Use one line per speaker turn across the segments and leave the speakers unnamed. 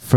for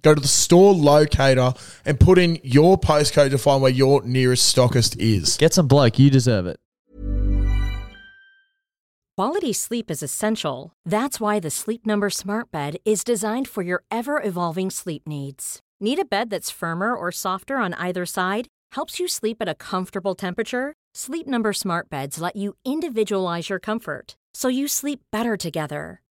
go to the store locator and put in your postcode to find where your nearest stockist is.
Get some bloke. You deserve it.
Quality sleep is essential. That's why the Sleep Number Smart Bed is designed for your ever evolving sleep needs. Need a bed that's firmer or softer on either side? Helps you sleep at a comfortable temperature? Sleep Number Smart Beds let you individualize your comfort so you sleep better together.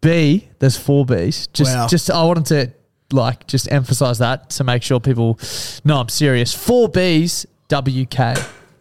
B. There's four Bs. Just,
Wow.
just I wanted to like just emphasize that to make sure people. No, I'm serious. Four Bs. WK,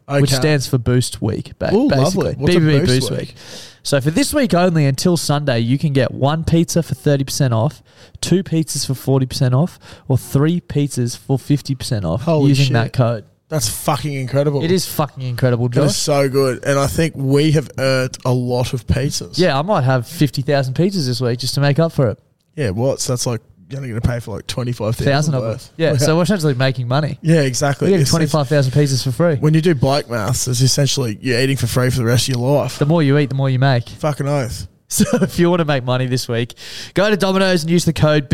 which
Okay.
stands for Boost Week. Ba-
Ooh,
basically,
lovely. What's a
BBB
Boost
Boost,
Week?
week? So for this week only, until Sunday, you can get one pizza for thirty percent off, two pizzas for forty percent off, or three pizzas for fifty percent off
Holy
using
shit.
that code.
That's fucking incredible.
It is fucking incredible,
That is
Josh.
so good. And I think we have earned a lot of pizzas.
Yeah, I might have fifty thousand pizzas this week just to make up for it.
Yeah, what's that's like you're only going to pay for like twenty five
thousand
thousand
of them. Yeah, so we're essentially making money.
yeah, exactly.
We're getting
It's-
twenty five thousand pieces for free.
When you do bike maths, it's essentially you're eating for free for the rest of your life.
The more you eat, the more you make.
Fucking oath.
So if you want to make money this week, go to Domino's and use the code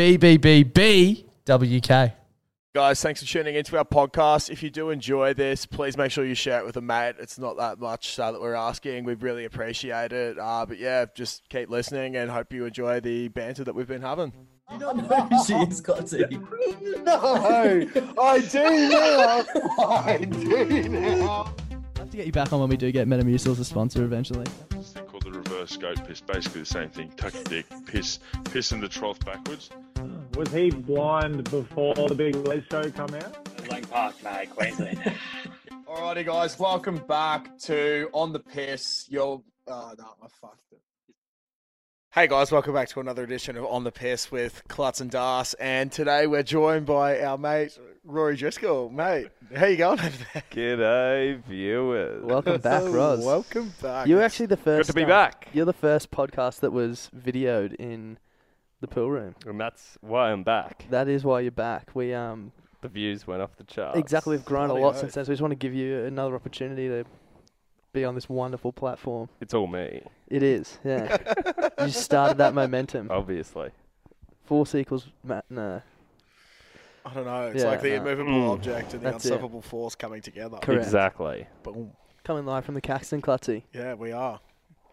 BBBBWK.
Guys, thanks for tuning into our podcast. If you do enjoy this, please make sure you share it with a mate. It's not that much uh, that we're asking. We really appreciate it. Uh, but yeah, just keep listening and hope you enjoy the banter that we've been having.
she is Cotty.
I do now. I do now.
I have to get you back on when we do get Metamucil as a sponsor eventually.
It's called the reverse goat piss. Basically the same thing. Tuck your dick, piss, piss in the trough backwards.
Was he blind before the big Les show come out?
Lang Park, no, Queensland.
Alrighty, guys, welcome back to On the Piss. Your oh, no, I fucked it. Hey guys, welcome back to another edition of On the Piss with Klutz and Das, and today we're joined by our mate Rory Driscoll. Mate, how you going over there?
G'day, viewers.
Welcome back,
Oh,
Roz.
Welcome back.
You're actually the
Good
first.
to be
um,
back.
You're the first podcast that was videoed in the pool room.
And that's why I'm back.
That is why you're back. We um
The views went off the charts.
exactly we've grown a
Oh, bloody
lot
oath.
since then. So we just want to give you another opportunity to be on this wonderful platform.
It's all me,
It is, yeah. you started that momentum.
obviously.
Four sequels, Matt. No,
I don't know. It's
Yeah,
like the
no.
immovable
Mm.
object and the
That's it.
unstoppable force coming together.
Correct.
Exactly.
Boom.
coming live from the Caxton Clutty.
Yeah, we are.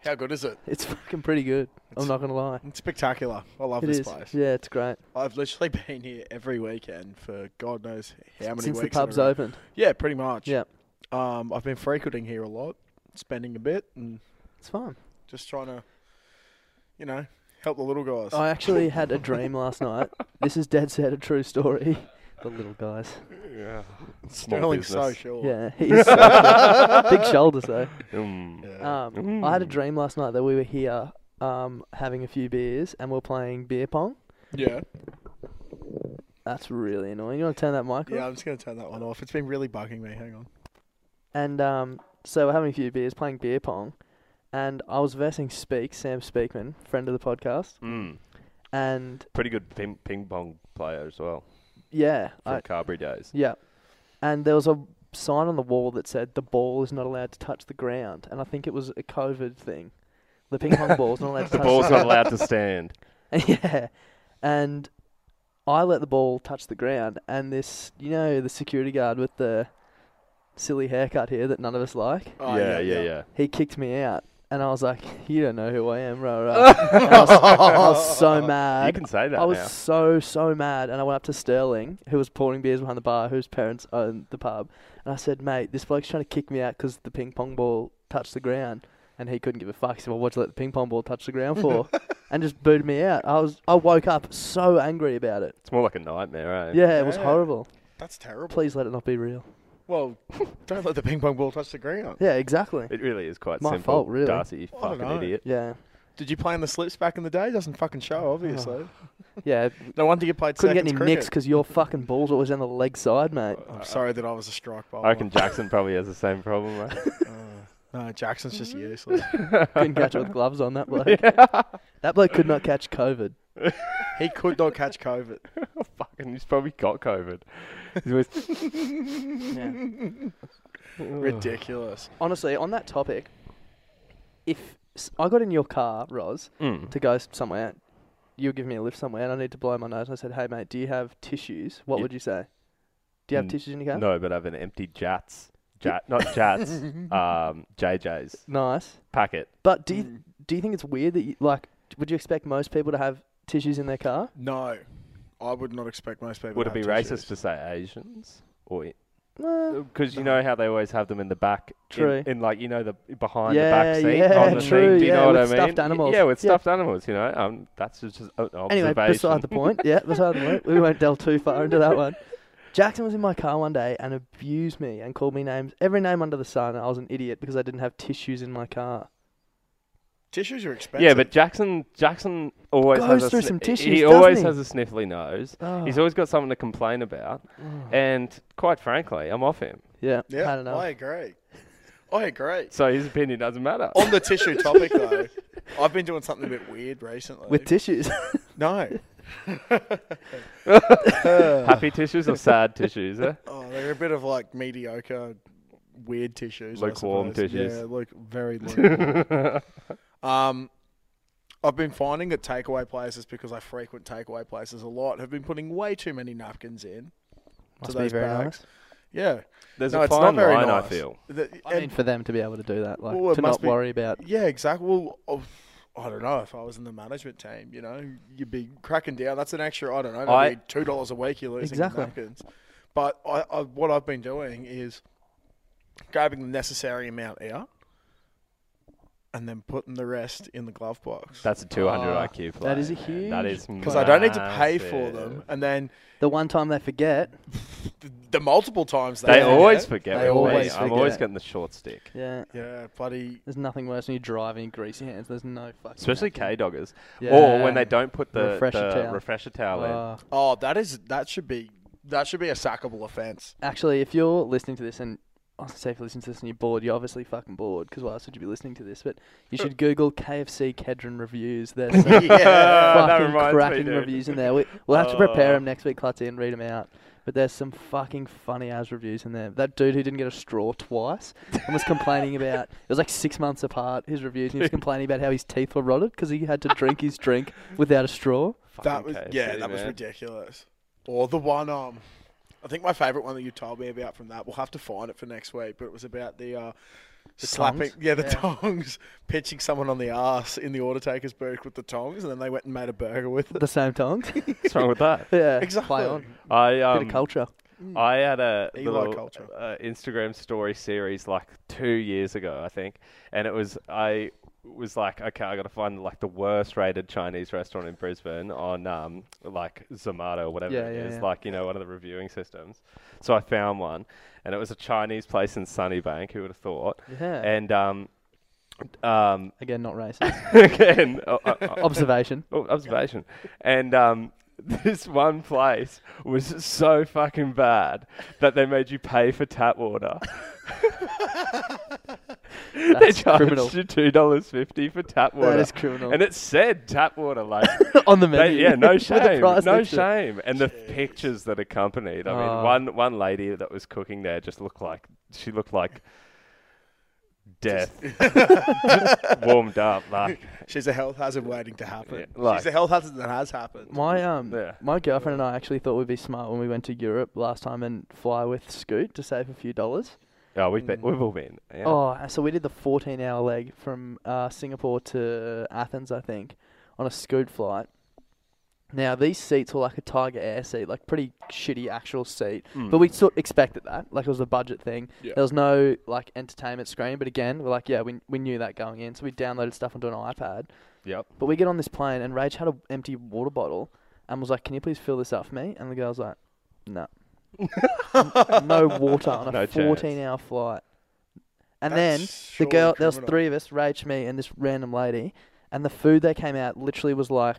How good is it?
It's fucking pretty good. I'm not gonna lie.
It's spectacular. I love
It
this
is.
place.
Yeah, it's great.
I've literally been here every weekend for God knows how many
Since the
weeks. in a
pub's
row.
opened.
Yeah, pretty much.
Yeah,
Um, I've been frequenting here a lot, spending a bit, and
it's fine.
just trying to, you know, help the little guys.
I actually had a dream last night. This is dead set a true story. the little guys.
Yeah. Small
Sterling's so
business.
short.
Yeah, he's so big shoulders though.
Mm.
Um, I had a dream last night that we were here, um, having a few beers and we are playing beer pong.
Yeah.
That's really annoying. You want to turn that mic off?
Yeah, I'm just going to turn that one off. It's been really bugging me. Hang on.
And um, so we're having a few beers, playing beer pong, and I was versing Speak, Sam Speakman, friend of the podcast,
Mm.
and
Pretty good ping, ping pong player as well
yeah,
from
I,
Carberry days.
yeah, and there was a sign on the wall that said the ball is not allowed to touch the ground, and I think it was a COVID thing. The ping pong ball's not allowed to
The
touch
ball's not allowed to stand.
yeah, and I let the ball touch the ground, and this, you know, the security guard with the silly haircut here that none of us like.
Oh,
yeah, yeah, yeah.
he kicked me out, and I was like, "You don't know who I am, right?" I, was, I was so mad.
You can say that
I was
now.
so so mad, and I went up to Sterling, who was pouring beers behind the bar, whose parents owned the pub, and I said, "Mate, this bloke's trying to kick me out because the ping pong ball touched the ground." And he couldn't give a fuck. He said, "Well, what'd you let the ping pong ball touch the ground for?" and just booted me out. I was I woke up so angry about it.
It's more like a nightmare, eh?
Yeah, it was
Yeah.
horrible.
That's terrible.
Please let it not be real.
Well, don't let the ping pong ball touch the ground.
Yeah, exactly.
It really is quite
My
simple.
fault, really.
Darcy, you
I don't
fucking
know.
idiot.
Yeah,
Did you play in the slips back in the day? Doesn't fucking show, obviously.
yeah.
No wonder you played
Couldn't get
seconds
any
cricket.
nicks because your fucking ball's always on the leg side, mate.
I'm sorry that I was a strike bowler.
I reckon Jackson probably has the same problem, right?
No, Jackson's just
Mm-hmm.
useless.
Couldn't catch it with gloves on that bloke. That bloke could not catch COVID.
he could not catch COVID.
fucking, he's probably got COVID. He's always,
Ridiculous.
Honestly, on that topic, if s- I got in your car, Roz,
Mm.
to go s- somewhere, you were giving me a lift somewhere, and I need to blow my nose. I said, "Hey, mate, do you have tissues?" What
Yep.
would you say? Do you have
Mm,
tissues in your car?
No, but I have an empty Jats. Jat, not Jats. um, JJ's
Nice.
packet.
But do you,
Mm.
do you think it's weird that you, like would you expect most people to have tissues in their car?
No, I would not expect most people.
Would it
to
be
have
racist
tissues.
to say Asians? Or
Well,
because you know how they always have them in the back,
Uh, True.
in, in like you know the behind the
Yeah,
back seat
yeah,
on the
true,
thing. Do you
yeah,
know what
with
I mean?
stuffed animals.
Yeah, with
Yeah.
stuffed animals. You know, um, that's just just an observation.
Anyway, beside the point. Yeah, beside the point. We won't delve too far into that one. Jackson was in my car one day and abused me and called me names, every name under the sun. and I was an idiot because I didn't have tissues in my car.
Tissues are expensive.
Yeah, but Jackson Jackson always
Goes
has a
through
sni-
some
He
tissues,
always
doesn't he?
has a sniffly nose.
Oh.
He's always got something to complain about, and quite frankly, I'm off him.
Yeah,
yeah,
I don't know.
I agree. I agree.
So his opinion doesn't matter.
On the tissue topic though, I've been doing something a bit weird recently.
With tissues.
no,
Happy tissues or sad tissues? Eh?
oh, they're a bit of like mediocre, weird tissues. I
Lukewarm
suppose.
tissues.
Yeah, look very lukewarm. um, I've been finding that takeaway places because I frequent takeaway places a lot have been putting way too many napkins in.
Must
to
be
those
very
bags. Yeah.
There's
no,
a
it's not
fine
very
line.
nice.
I feel.
The-
I mean,
and-
for them to be able to do that, like
Well, it
to
must
not
be-
worry about.
Yeah, exactly. Well, oh, I don't know if I was in the management team, you know, you'd be cracking down. That's an extra, I don't know,
I-
maybe two dollars a week you're losing in
Exactly.
napkins. But I, I, what I've been doing is grabbing the necessary amount out and then putting the rest in the glove box
That's a 200
Ah,
IQ play.
that is a
man. That
huge
is
play.
because I don't need to pay for them.
massive.
And then
The one time they forget.
the, the multiple times they,
They
do
always
it-
forget.
They
me.
always
I'm always
forget.
getting the short stick.
Yeah,
Yeah, bloody.
there's nothing worse than you driving in greasy hands. There's no fucking.
Especially
napkin.
K doggers, or
Yeah.
when they don't put the the
Refresher towel.
refresher towel in.
Oh.
Oh, that is that should be that should be a sackable offence.
Actually, if you're listening to this and I was gonna say if you're listening to this and you're bored, you're obviously fucking bored because why else would you be listening to this? But you should Google KFC Kedron reviews. There's some
Yeah.
Oh, that
fucking
reminds me,
cracking
dude.
reviews in there. We, we'll have to prepare
Oh.
them next week, Clutzy, and read them out. But there's some fucking funny ass reviews in there. That dude who didn't get a straw twice and was complaining about it was like six months apart. His reviews, and he was complaining about how his teeth were rotted because he had to drink his drink without a straw.
That
Fucking
was
KFC,
yeah, that was
man.
ridiculous. Or the one um, I think my favourite one that you told me about from that. We'll have to find it for next week. But it was about the uh, slapping,
tongs?
yeah, the tongs, pitching someone on the ass in the order taker's booth with the tongs, and then they went and made a burger with it.
The same tongue.
What's wrong with that?
yeah,
Exactly.
Play on.
I
Bit
um,
of culture.
I had a
Elo
little
culture.
Uh, Instagram story series like two years ago, I think, and it was I was like, okay, I got to find like the worst rated Chinese restaurant in Brisbane on um like Zomato or whatever
Yeah,
it
yeah,
is,
yeah.
like you know one of the reviewing systems. So I found one, and it was a Chinese place in Sunnybank. Who would have thought?
Yeah.
And um, um,
Again, not racist.
again, uh, o- o- o-
Observation.
Oh, observation. And um, this one place was so fucking bad that they made you pay for tap water. they
That's
charged
criminal.
you two dollars fifty for tap
That
water.
is criminal.
And it said tap water like
On the
they-
menu.
yeah, no
With the
shame,
price
no
next to it.
shame. And the pictures that accompanied. I
Oh.
mean, one one lady that was cooking there just looked like she looked like death. warmed up like
She's a health hazard waiting to happen.
like-
She's a health hazard that has happened.
My um, my girlfriend and I actually thought we'd be smart when we went to Europe last time and fly with Scoot to save a few dollars.
Yeah, oh, we've been, we've all been. Yeah.
Oh, and so we did the 14 hour leg from uh, Singapore to Athens, I think, on a Scoot flight. Now, these seats were like a Tiger Air seat, like pretty shitty actual seat.
Hmm.
Mm.
But we sort of expected that. Like, it was a budget thing.
Yeah.
There was no, like, entertainment screen. But again, we're like, yeah, we, we knew that going in. So we downloaded stuff onto an iPad.
Yep.
But we get on this plane, and Rach had an empty water bottle and was like, can you please fill this up for me? And the girl's like, no. no water on a
No chance.
14 hour flight. And
That's
then the
surely
girl, there was
criminal.
three of us, Rach, me, and this random lady, and the food they came out literally was like,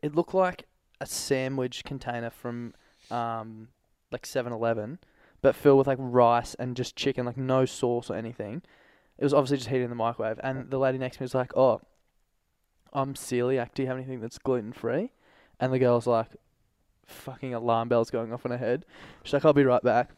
it looked like a sandwich container from, um, like 7-Eleven, but filled with like rice and just chicken, like no sauce or anything. It was obviously just heated in the microwave, and the lady next to me was like, "Oh, I'm celiac. Do you have anything that's gluten free?" And the girl's like, "Fucking alarm bells going off in her head." She's like, "I'll be right back."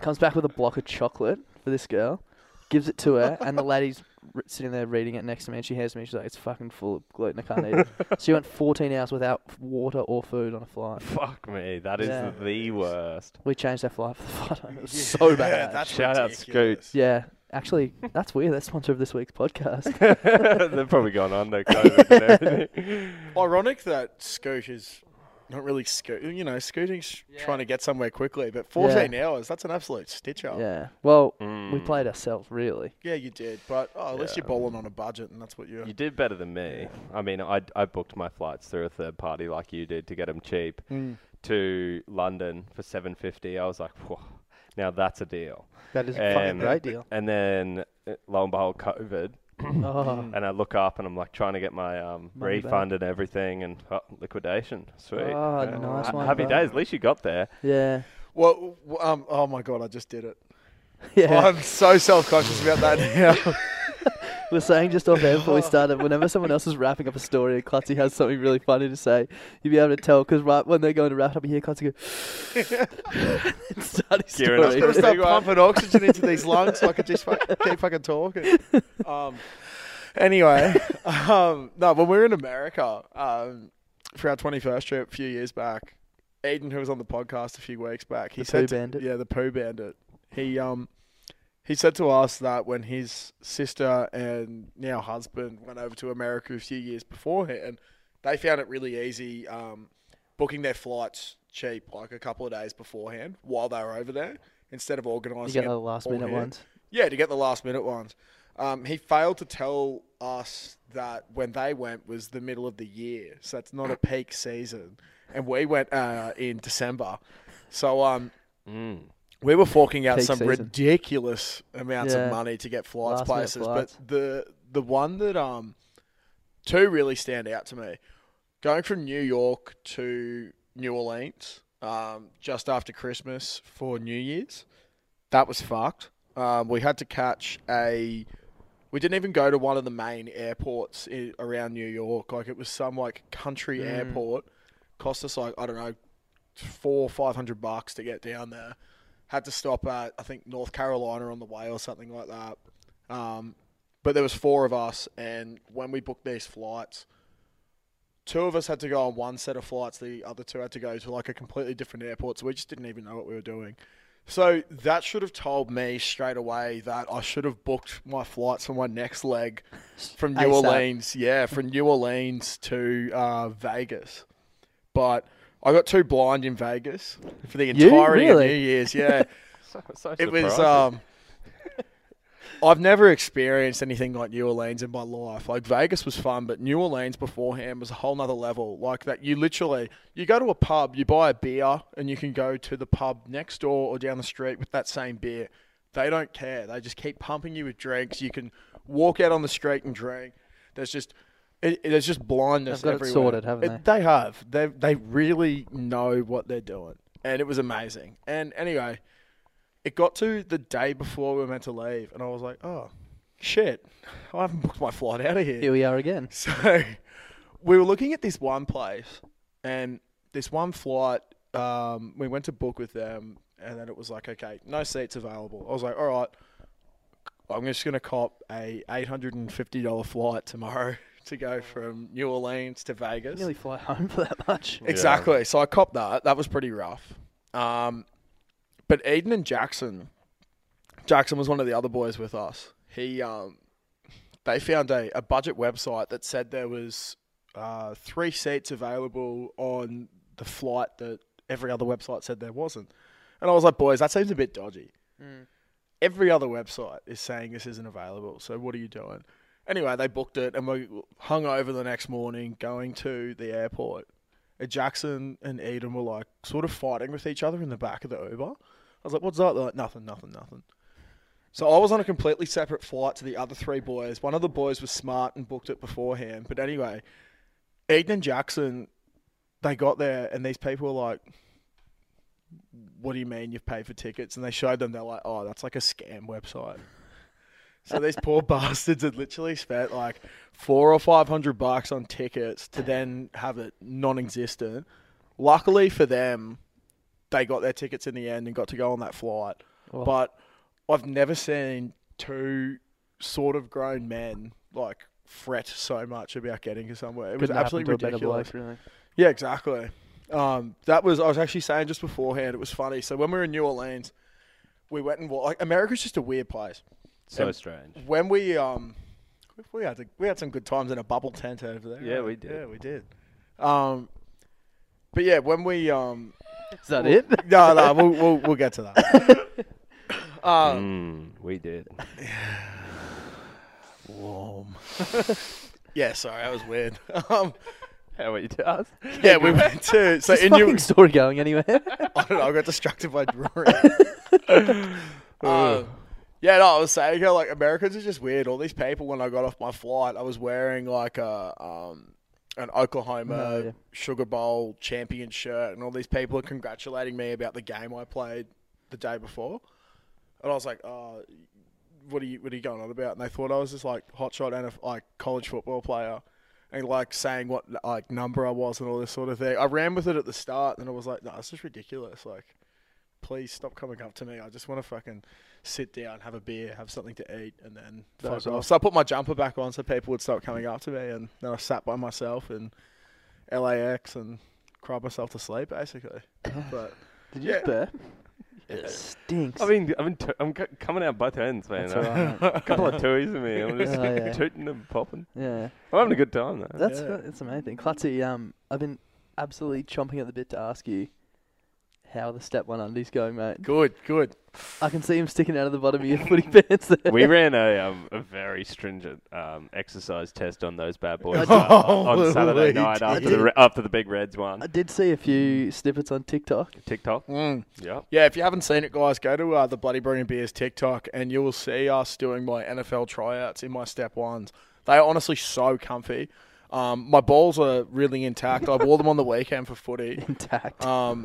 Comes back with a block of chocolate for this girl, gives it to her, and the lady's r- sitting there reading it next to me, and she hands me. She's like, "It's fucking full of gluten. I can't eat it." She went 14 hours without f- water or food on a flight.
Fuck me, that is
Yeah.
the worst.
We changed our flight for the flight home. It was so
Yeah,
bad.
that's Shout out ridiculous. Scoot.
Yeah. Actually, that's weird. That's sponsor of this week's podcast.
They've probably gone under COVID and everything.
Ironic that Scoot is not really scoot. You know, scooting's trying to get somewhere quickly, but 14 hours, that's an absolute stitch up.
Yeah. Well, we
Mm.
played ourselves, really.
Yeah, you did. But oh, at least you're bowling on a budget, and that's what you're.
You did better than me. I mean, I I booked my flights through a third party like you did to get them cheap
Mm.
to London for seven fifty. I was like, whoa, now that's a deal.
That is a fucking great deal.
And then uh, lo and behold, COVID.
Oh.
And I look up and I'm like trying to get my um,
Money back.
refund and everything and oh, liquidation. Sweet.
Oh, nice
Ha-
one,
Happy
bro.
days. At least you got there.
Yeah.
Well, w- um, oh my god, I just did it.
Yeah.
I'm so self conscious about that now.
We're saying just off air before we started, whenever someone else is wrapping up a story and Clutzy has something really funny to say, you'll be able to tell because right when they're going to wrap it up, you hear Clutzy go, and start his
Gearing up
story.
for the
Start pumping oxygen into these lungs so I could just fuck, keep fucking talking. Um, anyway, um, no, when we were in America um, for our 21st trip a few years back, Aiden, who was on the podcast a few weeks back, he
The
said,
Pooh
to-
Bandit.
"Yeah, the poo bandit." He um, he said to us that when his sister and now husband went over to America a few years beforehand, they found it really easy um, booking their flights cheap, like a couple of days beforehand, while they were over there, instead of organising
get
it
the last
all
minute
here.
ones.
Yeah, to get the last minute ones. Um, he failed to tell us that when they went was the middle of the year, so it's not a peak season, and we went uh, in December. So um, we were forking out
Mm. Peak
some
season.
ridiculous amounts
Yeah.
of money to get flights
Last minute
places,
flights.
but the the one that um two really stand out to me. Going from New York to New Orleans um, just after Christmas for New Year's, that was fucked. Um, we had to catch a. We didn't even go to one of the main airports i around New York. Like it was some like country
Mm.
airport. Cost us like I don't know, four five hundred bucks to get down there. Had to stop at I think North Carolina on the way or something like that. Um, but there was four of us, and when we booked these flights, two of us had to go on one set of flights. The other two had to go to like a completely different airport. So we just didn't even know what we were doing. So that should have told me straight away that I should have booked my flights for my next leg from New
ASAP.
Orleans. Yeah, from New Orleans to uh, Vegas. But I got too blind in Vegas for the
You?
entirety
Really?
of New Year's. Yeah,
So- so
it was.
surprising.
Um, I've never experienced anything like New Orleans in my life. Like Vegas was fun, but New Orleans beforehand was a whole nother level. Like that, you literally you go to a pub, you buy a beer, and you can go to the pub next door or down the street with that same beer. They don't care. They just keep pumping you with drinks. You can walk out on the street and drink. There's just it, it- there's just blindness
They've got it
everywhere.
sorted, haven't
It- they have. They they really know what they're doing, and it was amazing. And anyway, it got to the day before we were meant to leave, and I was like, oh, shit, I haven't booked my flight out of here.
Here we are again.
So we were looking at this one place, and this one flight, um, we went to book with them, and then it was like, okay, no seats available. I was like, all right, I'm just gonna cop a eight hundred and fifty dollar flight tomorrow to go from New Orleans to Vegas.
Nearly fly home for that much.
Exactly. So I copped that. That was pretty rough. Um, but Aiden and Jackson, Jackson was one of the other boys with us. He, um, they found a, a budget website that said there was uh, three seats available on the flight that every other website said there wasn't. And I was like, boys, that seems a bit dodgy. Every other website is saying this isn't available. So what are you doing? Anyway, they booked it and we hung over the next morning going to the airport. And Jackson and Eden were like sort of fighting with each other in the back of the Uber. I was like, what's that? They're like, nothing, nothing, nothing. So I was on a completely separate flight to the other three boys. One of the boys was smart and booked it beforehand. But anyway, Eden and Jackson, they got there and these people were like, what do you mean you've paid for tickets? And they showed them, they're like, oh, that's like a scam website. So these poor bastards had literally spent like four or five hundred bucks on tickets to then have it non-existent. Luckily for them, they got their tickets in the end and got to go on that flight.
Wow.
But I've never seen two sort of grown men like fret so much about getting to somewhere. It was
Couldn't happen
absolutely
to a better
ridiculous.
bloke, really.
Yeah, exactly. Um, that was I was actually saying just beforehand. It was funny. So when we were in New Orleans, we went and wa- like America's just a weird place.
So
And
strange.
When we um, we had we had some good times in a bubble tent over there.
Yeah,
right?
we did.
Yeah, we did. Um, but yeah, when we um,
is that
we'll-
it?
No, no, we'll we'll, we'll get to that. um,
Mm, we did.
warm. yeah, sorry, that was weird. Um,
How were you doing?
yeah, we went to so
Is this
in New
fucking story going anywhere?
I don't know. I got distracted by drawing. um, yeah, no, I was saying how like Americans are just weird. All these people, when I got off my flight, I was wearing like a um, an Oklahoma
Oh, yeah.
Sugar Bowl champion shirt, and all these people are congratulating me about the game I played the day before. And I was like, oh, what are you what are you going on about? And they thought I was this like hotshot and like college football player, and like saying what like number I was and all this sort of thing. I ran with it at the start, and I was like, no, this is ridiculous. Like, please stop coming up to me. I just want to fucking sit down, have a beer, have something to eat, and then
That
fuck
was
off.
awesome.
So I put my jumper back on so people would stop coming up to me, and then I sat by myself in LAX and cried myself to sleep basically. But
Did you just burp? It stinks.
I mean, I've been t- I'm c- coming out both ends, man. Uh,
That's
A
all right.
couple of twoies in me. I'm just
Oh, yeah.
tooting and popping.
yeah.
I'm having a good time though.
That's
Yeah.
what- that's amazing. Clutzy, um, I've been absolutely chomping at the bit to ask you how the step one undies going, mate.
good, good.
I can see him sticking out of the bottom of your footy pants. There.
we ran a, um, a very stringent um, exercise test on those bad boys
did.
uh, on
Holy
Saturday night after
did.
the re- after the big Reds one.
I did see a few snippets on TikTok.
TikTok.
Mm.
Yeah.
Yeah, if you haven't seen it, guys, go to uh, the Bloody Brilliant Beers TikTok and you will see us doing my NFL tryouts in my step ones. They are honestly so comfy. Um, my balls are really intact. I wore them on the weekend for footy.
Intact.
Um,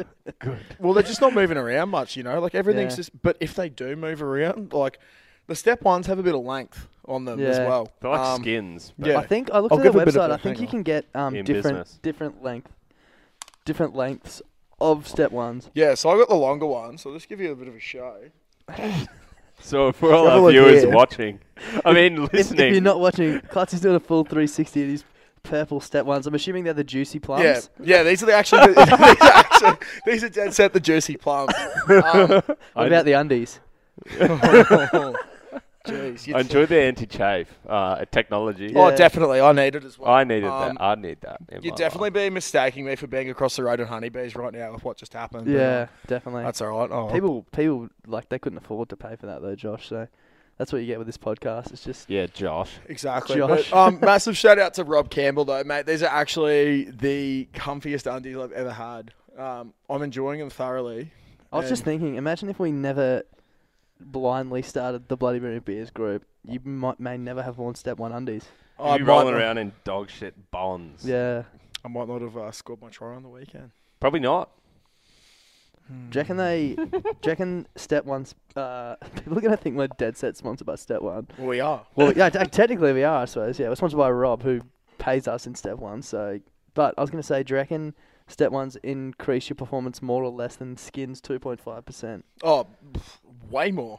Well, they're just not moving around much, you know. Like everything's
Yeah.
just. But if they do move around, like the step ones have a bit of length on them as
Yeah.
well.
They're like
Um,
skins.
yeah.
I think I looked
I'll
at the
give a bit of
website.
a-
I
hang
think you
on.
can get um
In
different
business.
different length, different lengths of step ones.
Yeah, so I got the longer one. So I'll just give you a bit of a show.
So for all
Have a
our
look
viewers
here.
watching, I mean
If,
listening,
if you're not watching, Clutzy's doing a full 360 of these purple step ones. I'm assuming they're the juicy plums.
Yeah, yeah. These are the actually. these, are actually these are dead set the juicy plums. Um,
What about the undies?
Jeez, you'd
I enjoy the anti-chafe uh, technology.
Oh, definitely. I need it as
Oh,
well.
I needed
Um,
that. I need that. in
You'd
my
definitely be mistaking me for being across the road on honeybees right now with what just happened. but,
Yeah,
uh,
definitely.
That's all right. Oh,
People, people like they couldn't afford to pay for that though, Josh. So that's what you get with this podcast. It's just
yeah, Josh.
Exactly.
Josh.
But, um, massive shout out to Rob Campbell though, mate. These are actually the comfiest undies I've ever had. Um, I'm enjoying them thoroughly.
I was just
And
thinking, imagine if we never blindly started the Bloody Mary Beers group. You might may never have worn step one undies.
life. You'd be rolling around in dog shit bonds.
Yeah.
I might not have uh, scored my try on the weekend.
Probably not.
Do you reckon they? do you reckon Step One's? Uh, people are gonna think we're dead set sponsored by Step One.
Well, we are.
Well, yeah, te- technically we are, I suppose. Yeah, we're sponsored by Rob, who pays us in Step One. So, but I was gonna say, do you reckon Step One's increase your performance more or less than Skins two point five percent?
Oh, pff, way more.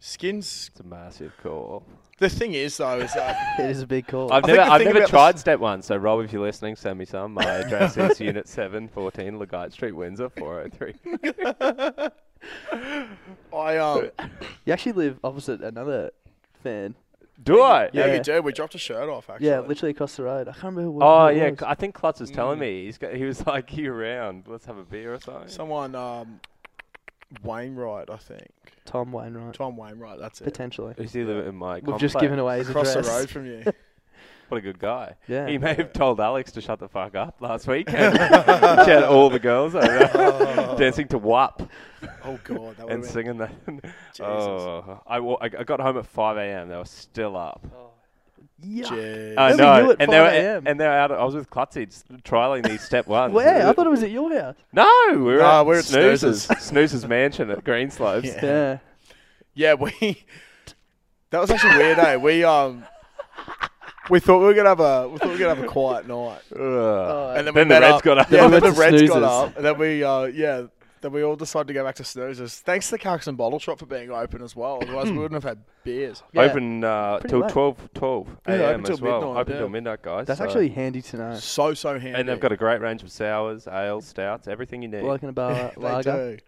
Skins.
It's a massive call.
The thing is though, is that
It is a big call.
I've
I think
never,
the
I've
thing
never
about
tried
this-
step one. So Rob, if you're listening, send me some. My address is Unit Seven, Fourteen, Legate Street, Windsor, four hundred three.
I um.
You actually live opposite another fan.
Do I?
Yeah,
Yeah.
you do. We dropped a shirt off actually.
Yeah, literally across the road. I can't remember. What
Oh
who it
yeah,
was.
I think Klutz was
Mm.
telling me he's got, he was like you around. Let's have a beer or something.
Someone um, Wainwright, I think.
Tom Wainwright.
Tom Wainwright. That's it.
Potentially,
Is he living in my?
we've just given away his
Across the
address.
road from you.
What a good guy.
Yeah.
He may have told Alex to shut the fuck up last week and she had all the girls over dancing to WAP
Oh god, that would
and
have been.
singing that. Oh, I, wa- I I got home at 5 a.m. They were still up.
Jeez.
I
Where were you at
and they
5
were
a.m.?
and they were out. I was with Klutzy just trialing these step ones.
Where? I thought it was at your house.
no, we were
Nah,
at
we're at
Snoozer's
Snoozer's.
Snoozer's mansion at Greenslopes.
Yeah.
Yeah.
Yeah, we. That was actually weird, eh? We um, we thought we were gonna have a we thought we were gonna have a quiet night,
Ugh.
Oh,
and then,
Then
we
the
met
Reds
up.
got up.
Yeah,
Then we
then the
went to
Reds got
Snoozers.
up, and then we uh, yeah, then we all decided to go back to snoozers. Thanks to the Carcassonne Bottle Shop for being open as well. Otherwise, we wouldn't have had beers.
Yeah.
Open uh,
Pretty
till
late.
12, 12
Yeah,
a.m.
open till
as well.
midnight,
open
yeah.
till midnight, guys.
That's
so-
actually handy to know.
So so handy.
And they've got a great range of sours, ales, stouts, everything you need.
Bloke in a bar,
they
lager.
do.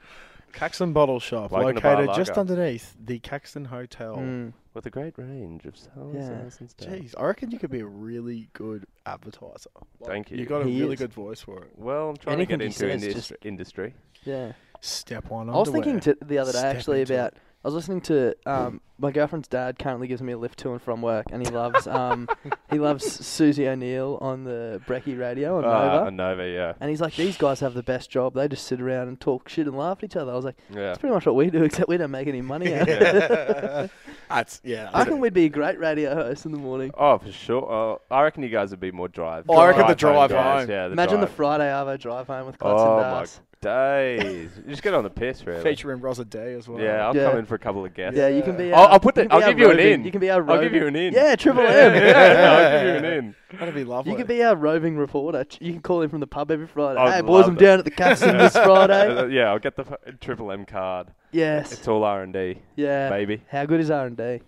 Caxton Bottle Shop,
Like in a bar
located just
lager.
underneath the Caxton Hotel.
Mm.
With a great range of sours,
Yeah.
ales, and stouts.
Jeez, I reckon you could be a really good advertiser.
Thank you.
You got a
He
really
is.
good voice for it.
Well, I'm trying
Anything
to get
he
into
says
indus-
just-
industry.
Yeah.
Step one.
I was thinking to, the other day
Step
actually
into it.
about. I was listening to um, my girlfriend's dad. Currently gives me a lift to and from work, and he loves um, he loves Susie O'Neill on the Brecky radio on Nova.
Ah, a Nova, yeah.
and he's like, these guys have the best job. They just sit around and talk shit and laugh at each other. I was like,
Yeah.
that's pretty much what we do, except we don't make any money out of it.
Yeah. That's yeah.
I reckon we'd be a great radio host in the morning.
Oh, for sure. Oh, I reckon you guys would be more drive.
Oh, I reckon the drive
guys,
home.
Yeah, the
Imagine the
drive.
Friday Arvo drive home with Klutz
Oh,
and
my
Dars.
days. you just get on the piss, really.
featuring Rosa Day as well.
Yeah, I'll
Yeah.
come in for a couple of guests.
Yeah, you can be.
I'll-
our-
I'll put
you
the-
can be
I'll
our
give you an
roving-
in.
You can be our.
I'll give
roving-
you an in.
Yeah, Triple
Yeah, yeah,
M.
I'll give you an in.
that'd be lovely.
You can be our roving reporter. Ch- You can call in from the pub every Friday.
I'd
hey boys, I'm
love
down at the Castle this
Uh,
Friday.
yeah, I'll get the f- triple M card.
Yes.
It's all R and D,
Yeah.
baby.
How good is R and D?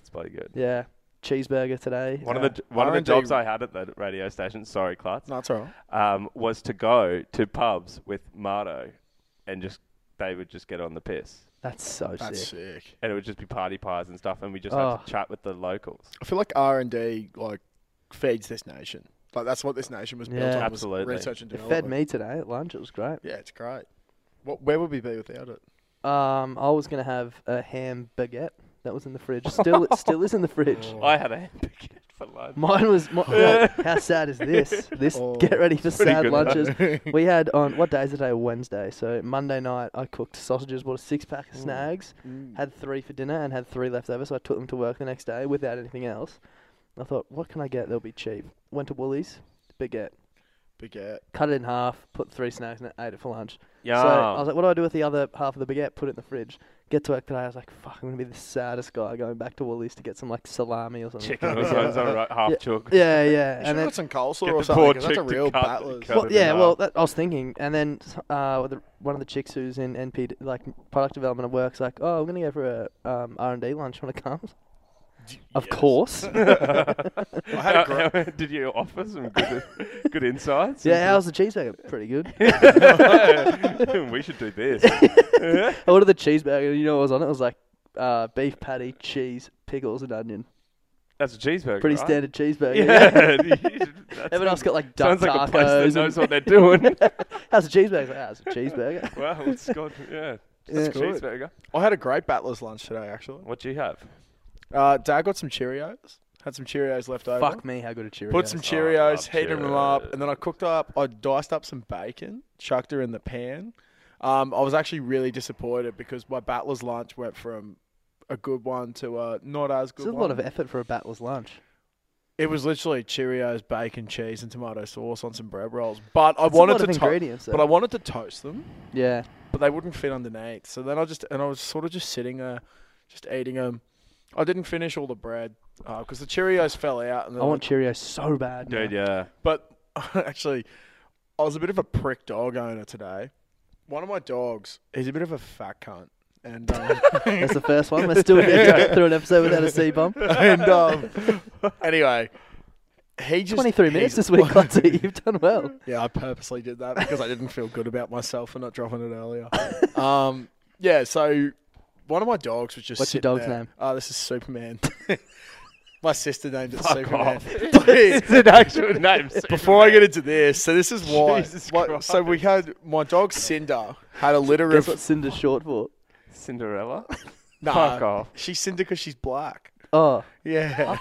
It's bloody good.
Yeah. Cheeseburger today.
One
Yeah.
of the one of the
R&D.
jobs I had at the radio station, sorry, Klutz,
no, it's alright.
um, was to go to pubs with Mardo, and just they would just get on the piss,
That's so
That's
sick.
sick.
and it would just be party pies and stuff, and we just
Oh.
had to chat with the locals.
I feel like R and D like feeds this nation. Like that's what this nation was built
Yeah.
on.
Absolutely.
Was research and
It
development.
fed me today at lunch. It was great.
Yeah, it's great. What, where would we be without it?
Um, I was gonna have a ham baguette that was in the fridge. Still, it still is in the fridge.
Oh.
I had a hamburger for lunch.
Mine was. My, like, how sad is this? This
Oh,
get ready for
pretty
sad
good,
lunches. we had on what day is it today? Wednesday. So Monday night, I cooked sausages, bought a six pack
Mm.
of snags, had three for dinner, and had three left over. So I took them to work the next day without anything else. I thought, what can I get that'll be cheap? Went to Woolies, baguette,
Baguette.
cut it in half, put three snags in it, ate it for lunch.
Yeah,
So I was like, what do I do with the other half of the baguette? Put it in the fridge. Get to work today. I was like, fuck, I'm gonna be the saddest guy going back to Woolies to get some like salami or something.
chicken or something, right, half chook.
Yeah, yeah.
You should
and
have
then
got some coleslaw
Get
or
the
something.
poor
'cause That's a
chick to
real
cut-
battler's.
cut.
Well,
Covered in
yeah, well,
art.
that, I was thinking, and then s- uh, with the, one of the chicks who's in NP like product development at work's like, "Oh, I'm gonna go for a um, R and D lunch. Want to come?" Of course.
I had a great.
Did you offer some good, uh, good insights?
yeah, how's the cheeseburger? Pretty good.
we should do this.
I ordered the cheeseburger. and You know what was on it? It was like uh, beef patty, cheese, pickles, and onion.
That's a cheeseburger.
Pretty
right?
standard cheeseburger.
Yeah.
yeah.
That
Everyone else
sounds-
got like duck
sounds like a place
tacos
that
and-
knows what they're doing.
How's a cheeseburger? Like, "Ah, it's a cheeseburger.
Wow, it's got yeah.
Yeah.
It's a cheeseburger.
I had a great battler's lunch today, actually.
What do you have?
Uh, Dad got some Cheerios. Had some Cheerios left over.
Fuck me, how good a Cheerios.
Put some
Oh, I
Cheerios,
love
heated them up, and then I cooked up. I diced up some bacon, chucked her in the pan. Um, I was actually really disappointed because my battler's lunch went from a good one to a not as good.
It's a
one.
lot of effort for a battler's lunch.
It was literally Cheerios, bacon, cheese, and tomato sauce on some bread rolls. But I
It's a
wanted
lot
to
of
to-
ingredients, though.
but I wanted to toast them,
Yeah.
but they wouldn't fit underneath. So then I just and I was sort of just sitting there, just eating them. I didn't finish all the bread because the Cheerios fell out. And then
I want Cheerios so bad.
Dude, yeah.
But actually, I was a bit of a prick dog owner today. One of my dogs, he's a bit of a fat cunt, and um,
That's the first one. Let's do it again. through an episode without a C bomb.
and um, anyway, he just
23 minutes
he's-
this week, Clutzy. You've done well.
Yeah, I purposely did that because I didn't feel good about myself for not dropping it earlier. um, yeah, so one of my dogs was just
What's your
sitting
dog's
there.
name?
Oh, this is Superman. my sister named it Superman.
off.
Please.
It's an actual name.
Before I get into this, so this is why.
Jesus
my- so we had my dog Cinder had a litter
Guess what
of
Cinder's short for?
Cinderella.
nah,
Fuck off.
She's Cinder because she's black.
Oh.
Yeah,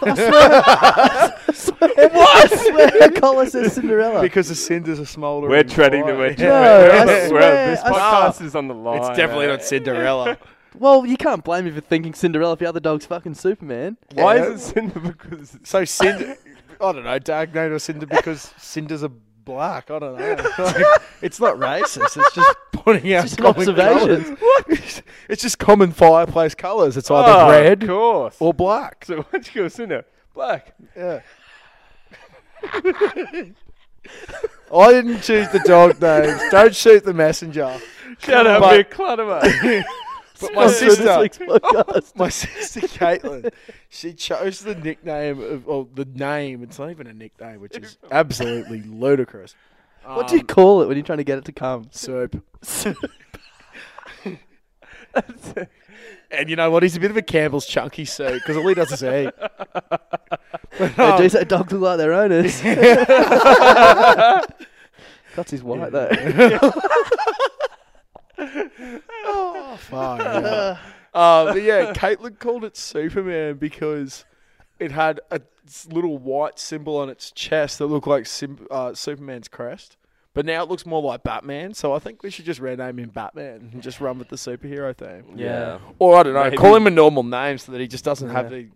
What? I swear her collar says Cinderella.
because the Cinder's a smaller.
We're treading the we're treading.
No,
we're-
I
we're-
swear,
this
I-
podcast is on the line.
It's definitely
eh?
not Cinderella.
Well, you can't blame me for thinking Cinderella if the other dog's fucking Superman.
Why
Yeah.
is it Cinderella? Because it's
So Cinder, I don't know. Dag named her Cinder because Cinder's a black. I don't know. Like, it's not racist. It's just pointing out
just an
common
observation.
colours. It's just common fireplace colours. It's either
oh,
red
of course.
or black.
so what'd you go Cinder? Black.
Yeah. I didn't choose the dog names. Don't shoot the messenger.
Shout out,
But-
Mick Clutterman.
But my
Sponsor of
sister,
This week's podcast.
my sister Caitlin, she chose the nickname of or the name. It's not even a nickname, which is absolutely ludicrous.
what do you call it when you're trying to get it to come?
Soap. and you know what? He's a bit of a Campbell's chunky soup because all he does is eat.
They do say dogs look like their owners. That's his white though.
Fuck. yeah. Uh, but yeah, Caitlin called it Superman because it had a s- little white symbol on its chest that looked like sim- uh, Superman's crest. But now it looks more like Batman, so I think we should just rename him Batman and just run with the superhero theme.
yeah.
Or I don't know,
Maybe.
call him a normal name so that he just doesn't have the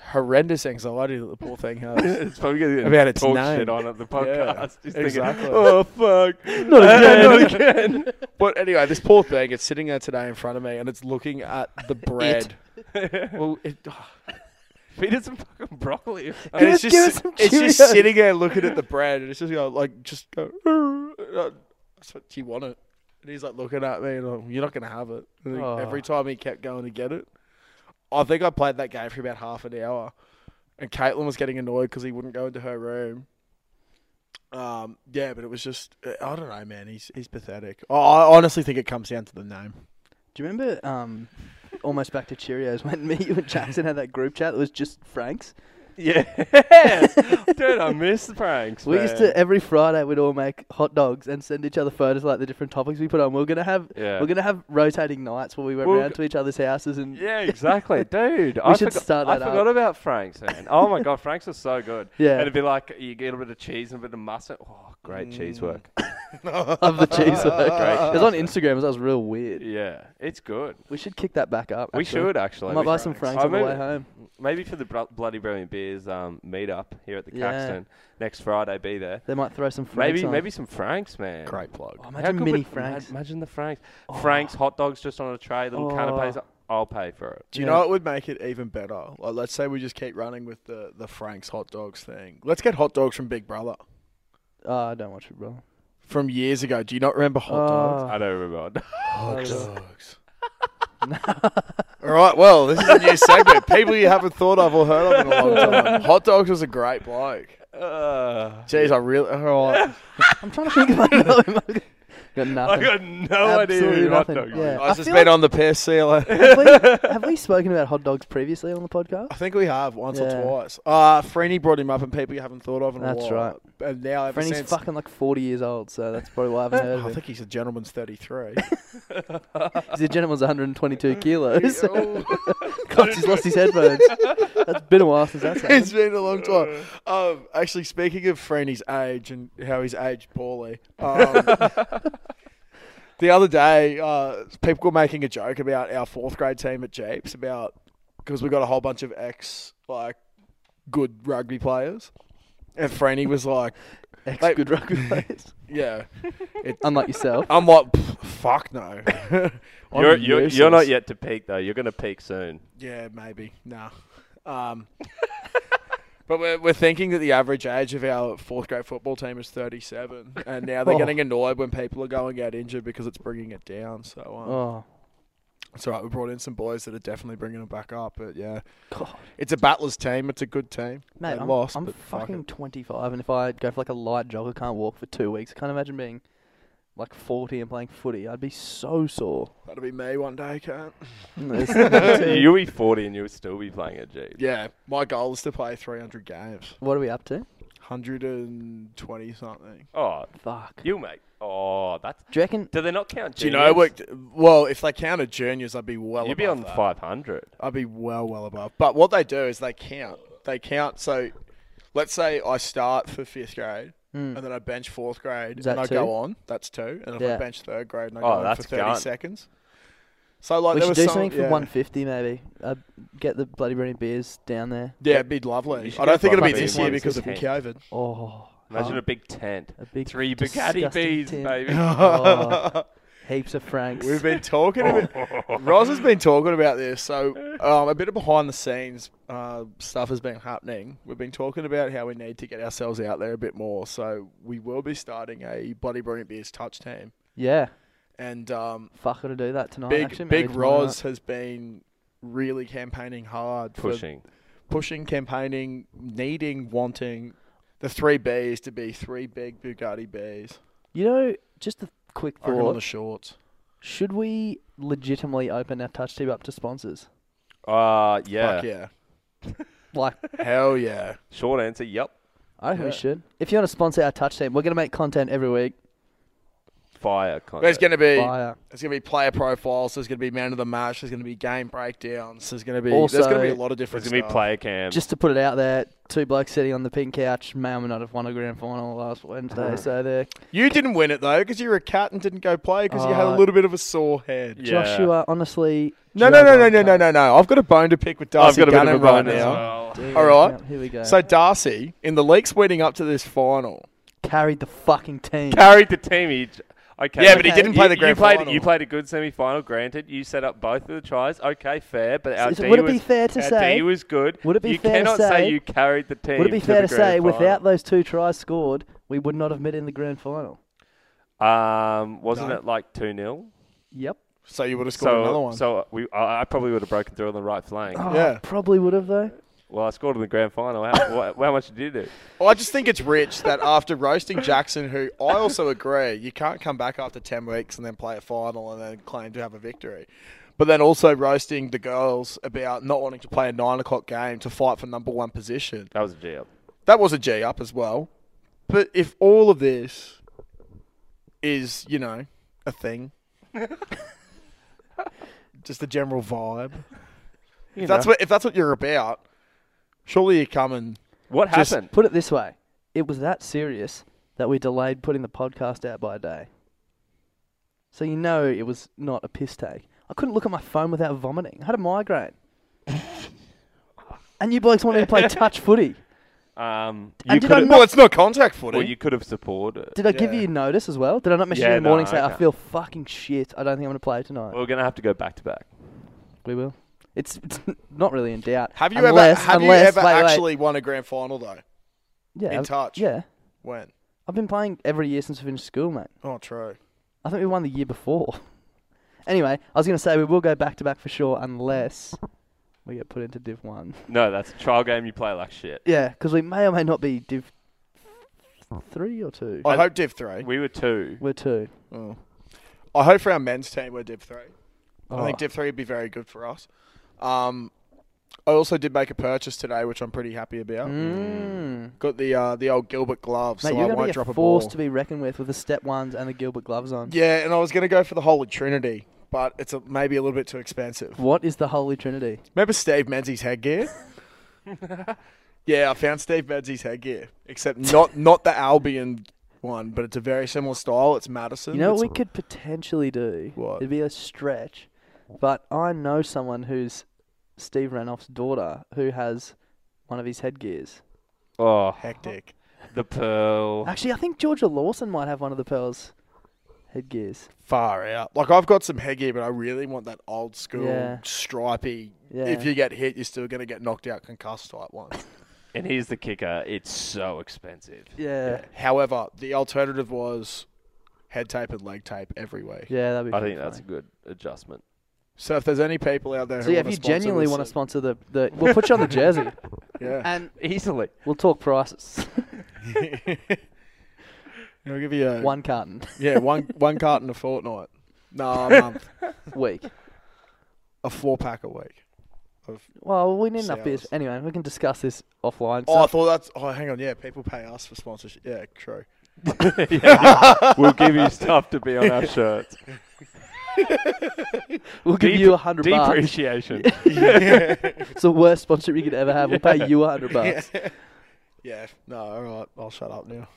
horrendous anxiety that the poor thing has.
It's probably going to
About its
talk
name.
shit on at the
Yeah,
podcast. Just thinking,
exactly.
oh, fuck.
Not again, not
again.
But anyway, this poor thing, it's sitting there today in front of me and it's looking at the bread. well, it,
Feed it some fucking broccoli.
and it's
Just give
just,
us some
it's just
Cheerios.
sitting there looking at the bread and it's just going, like, just go, "Arr." that's what you want it. And he's like looking at me and I'm, you're not going to have it. And then
Oh.
Every time he kept going to get it, I think I played that game for about half an hour. And Caitlin was getting annoyed because he wouldn't go into her room. Um, yeah, but it was just, uh, I don't know, man. He's he's pathetic. I, I honestly think it comes down to the name.
Do you remember um, almost back to Cheerios when me, you, and Jackson had that group chat that was just Frank's?
Yes. Dude, I miss the pranks.
We used
man.
to every Friday we'd all make hot dogs and send each other photos of, like the different topics we put on. We are gonna have
Yeah.
we're gonna have rotating nights where we went
We'll
round
g-
to each other's houses and
Yeah, exactly, dude. I
should
forgot,
start
I
that
forgot
up.
about Franks, man. Oh my god, Franks are so good.
Yeah.
and it'd be like you get a bit of cheese and a bit of mustard. Oh, great
Mm.
cheese work.
of the cheese.
Great.
it was on Instagram, so that was real weird.
Yeah, it's good.
We should kick that back up.
We
actually.
should actually.
I might
We
buy
should.
some Franks
I
on the way
mean,
home.
Maybe for the Bro- bloody brilliant beers um, meetup here at the
Yeah.
Caxton next Friday. Be there.
They might throw some Franks
Maybe
on.
maybe some Franks, man.
Great plug.
Oh,
How
imagine
good
mini
would- ma-
Franks.
Imagine the Franks. Franks hot dogs just on a tray, little
Oh.
canapes. I'll pay for it.
Do you
Yeah.
know what would make it even better? Like, let's say we just keep running with the, the Frank's hot dogs thing. Let's get hot dogs from Big Brother
Oh, I don't watch Ah, it, bro.
from years ago. Do you not remember hot dogs?
Oh.
I don't remember.
Hot dogs. All right. Well, this is a new segment. People you haven't thought of or heard of in a long time. Hot dogs was a great bloke.
uh,
Jeez, I really. All right.
I'm trying to think about Got
I
nothing.
got no
Absolutely
idea. What
nothing.
dog
Yeah.
is.
I
Guys, it's
feel
been
like-
on the piss. See you later.
have, we, have we spoken about hot dogs previously on the podcast?
I think we have once
Yeah.
or twice. Uh Freeney brought him up, and people you haven't thought of in a
That's
while. right. And now ever
Friend, he's
since,
fucking like 40 years old, so that's probably why I haven't heard of
I
him.
think he's a gentleman's thirty-three.
He's a gentleman's 122 kilos. God, he's lost his headphones. That's been a while since that's happened.
it's been a long time. Um, actually, speaking of Freeney's age and how he's aged poorly, um, the other day uh, people were making a joke about our fourth grade team at Jeeps about because we got a whole bunch of ex like good rugby players, and Freeney was like
Ex
like-
good rugby players.
yeah. It,
Unlike yourself.
I'm like, "Pff, fuck no. I'm
You're, you're, you're
useless."
not yet to peak though. You're going to peak soon.
Yeah, maybe. Nah. Um, but we're, we're thinking that the average age of our fourth grade football team is 37, and now they're
Oh.
getting annoyed when people are going out injured because it's bringing it down. So um,
Oh,
it's all right. We brought in some boys that are definitely bringing it back up. But yeah,
God.
it's a battler's team. It's a good team.
Mate,
they
I'm,
lost.
I'm
but fuck
fucking
it.
25, and if I go for like a light jog, I can't walk for two weeks. I can't imagine being like 40 and playing footy. I'd be so sore.
That'll be me one day, can't?
You'll be 40 and you'll still be playing at G.
Yeah, my goal is to play 300 games,
what are we up to?
120 something.
Oh,
Fuck.
you mate. Oh, that's.
Do you reckon?
Do they not count?
Do you know
juniors?
what? Well, if they counted juniors, I'd be well.
You'd be
above
on
that.
500.
I'd be well, well above. But what they do is they count. They count. So let's say I start for fifth grade and then I bench fourth grade
Hmm. Is
and
that
I
two?
go on. That's two. And if I
Yeah.
bench third grade and I
Oh,
go on for
that's
30
gone.
seconds. So, like,
we
there
should
was
do
some-
something for
yeah.
150 maybe. Uh, get the bloody brilliant beers down there.
Yeah, it'd be lovely.
You should
I don't
go
think it'll be
fucking
this year
one
because of
sixteen.
COVID.
Oh,
Imagine
oh,
a big tent.
a big
Three Bugatti
disgusting
bees,
tin.
baby.
Oh, heaps of francs.
We've been talking about Roz has been talking about this. So um, a bit of behind the scenes uh, stuff has been happening. We've been talking about how we need to get ourselves out there a bit more. So we will be starting a Bloody Brilliant Beers touch team,
yeah,
and um,
fuck to do that tonight.
big
actually, maybe
big
tomorrow
Roz
night.
has been really campaigning hard, for
Pushing.
pushing, campaigning, needing, wanting the three Bs to be three big Bugatti Bs.
You know, just a quick
I reckon on
thought.
the shorts.
should we legitimately open our touch team up to sponsors?
Uh, yeah.
Fuck yeah.
Like,
Hell yeah.
Short answer, yep.
I reckon we
Yeah.
should. If you want to sponsor our touch team, we're gonna make content every week.
Fire
There's
content.
going to be
Fire.
There's going to be player profiles. There's going to be man of the match. There's going to be game breakdowns. There's going to be
Also-
there's going to be a lot of
There's
different.
going to be
stuff.
player cam.
Just to put it out there, two blokes sitting on the pink couch may or may not have won a grand final last Wednesday, so they're
You didn't win it though because you were a cat and didn't go play because you had a
Uh,
little bit of a sore head.
Yeah.
Joshua, honestly.
No, no, no, no, no, no, no, no. I've got a bone to pick with
I've
Darcy
got a bit of a
Gannon right
bone as
now.
well.
Dude,
All right.
yeah, here we go.
So Darcy, in the leaks leading up to this final,
carried the fucking team.
Carried the team. He, okay.
Yeah, but he didn't play
You-
the grand
you played,
final.
You played a good semi-final, granted. You set up both of the tries. Okay, fair. But our
Is-
D
would it
was,
be fair to
our
say-
D was good.
would it be
you
fair to
cannot
say-
you carried the team.
Would it be
to
fair
the
to say,
grand
without
final.
those two tries scored, we would not have met in the grand final?
Um, wasn't
No.
it like two 0
Yep.
so you would have scored
So,
another one.
so we, I, I probably would have broken through on the right flank.
Oh,
Yeah.
Probably would have, though.
Well, I scored in the grand final. How, wh- how much did you do?
Well, I just think it's rich that after roasting Jackson, who I also agree, you can't come back after 10 weeks and then play a final and then claim to have a victory. But then also roasting the girls about not wanting to play a nine o'clock game to fight for number one position.
That was a G up.
That was a G up as well. But if all of this is, you know, a thing, just the general vibe, if that's, what, if that's what you're about, surely you come and.
What
Just-
happened?
Put it this way it was that serious that we delayed putting the podcast out by a day. So you know it was not a piss take. I couldn't look at my phone without vomiting. I had a migraine. and you blokes wanted to play touch footy.
Um, you
And did
could
I
have,
not-
Well, it's not contact footy.
well, you could have supported.
Did I give
Yeah.
you notice as well? Did I not message you
Yeah,
in the morning
no,
saying I
okay.
feel fucking shit? I don't think I'm going to play tonight.
We're gonna have to go back to back.
we will. It's, it's not really in doubt.
Have you
unless,
ever have
unless,
you ever
wait, wait.
actually won a grand final though?
yeah,
in
I've-
touch?
Yeah.
When?
I've been playing every year since I finished school, mate.
Oh, true.
I think we won the year before. anyway, I was going to say we will go back to back for sure unless we get put into Div 1.
No, that's a trial game. You play like shit.
Yeah, because we may or may not be Div three or two?
I hope Div three.
We were two.
We're two.
Oh. I hope for our men's team we're Div 3.
Oh.
I
Alright.
think Div 3 would be very good for us. Um, I also did make a purchase today, which I'm pretty happy about.
Mm.
Got the uh, the old Gilbert gloves,
Mate,
so
you're
I
going to
won't
get
drop a ball.
forced to be reckoned with with the step ones and the Gilbert gloves on.
Yeah, and I was going to go for the Holy Trinity, but it's a, maybe a little bit too expensive.
What is the Holy Trinity?
Remember Steve Menzies' headgear? yeah, I found Steve Menzies' headgear, except not not the Albion one, but it's a very similar style. It's Madison.
You know
It's-
what we could potentially do? What? It'd be a stretch, but I know someone who's Steve Ranoff's daughter who has one of his headgears.
Oh,
hectic.
The pearl.
Actually, I think Georgia Lawson might have one of the Pearl's headgears.
Far out. Like I've got some headgear, but I really want that old school
Yeah.
stripy.
Yeah.
If you get hit, you're still gonna get knocked out, concussed type one.
And here's the kicker: it's so expensive.
Yeah.
However, the alternative was head tape and leg tape every week.
Yeah, that'd be
I
pretty
think that's a
funny.
good adjustment.
So if there's any people out there,
So
who
yeah, if
wanna
you
sponsor
genuinely
this,
want to
uh,
sponsor the, the, we'll put you on the jersey.
Yeah.
and
easily
we'll talk prices.
I'll give you a,
one carton.
yeah, one one carton a fortnight. No, a month.
Week.
A four pack a week. Of
Well, we need enough
Sales.
beers. Anyway, we can discuss this offline.
Oh, I
So-
thought that's. Oh, hang on. Yeah, people pay us for sponsorship. Yeah, true.
Yeah, we'll give you stuff to be on our shirts.
We'll give
Dep-
you a hundred bucks.
Depreciation.
Yeah. it's the worst sponsorship you could ever have. We'll
Yeah.
pay you a hundred bucks.
Yeah. Yeah. No. All right. I'll shut up now.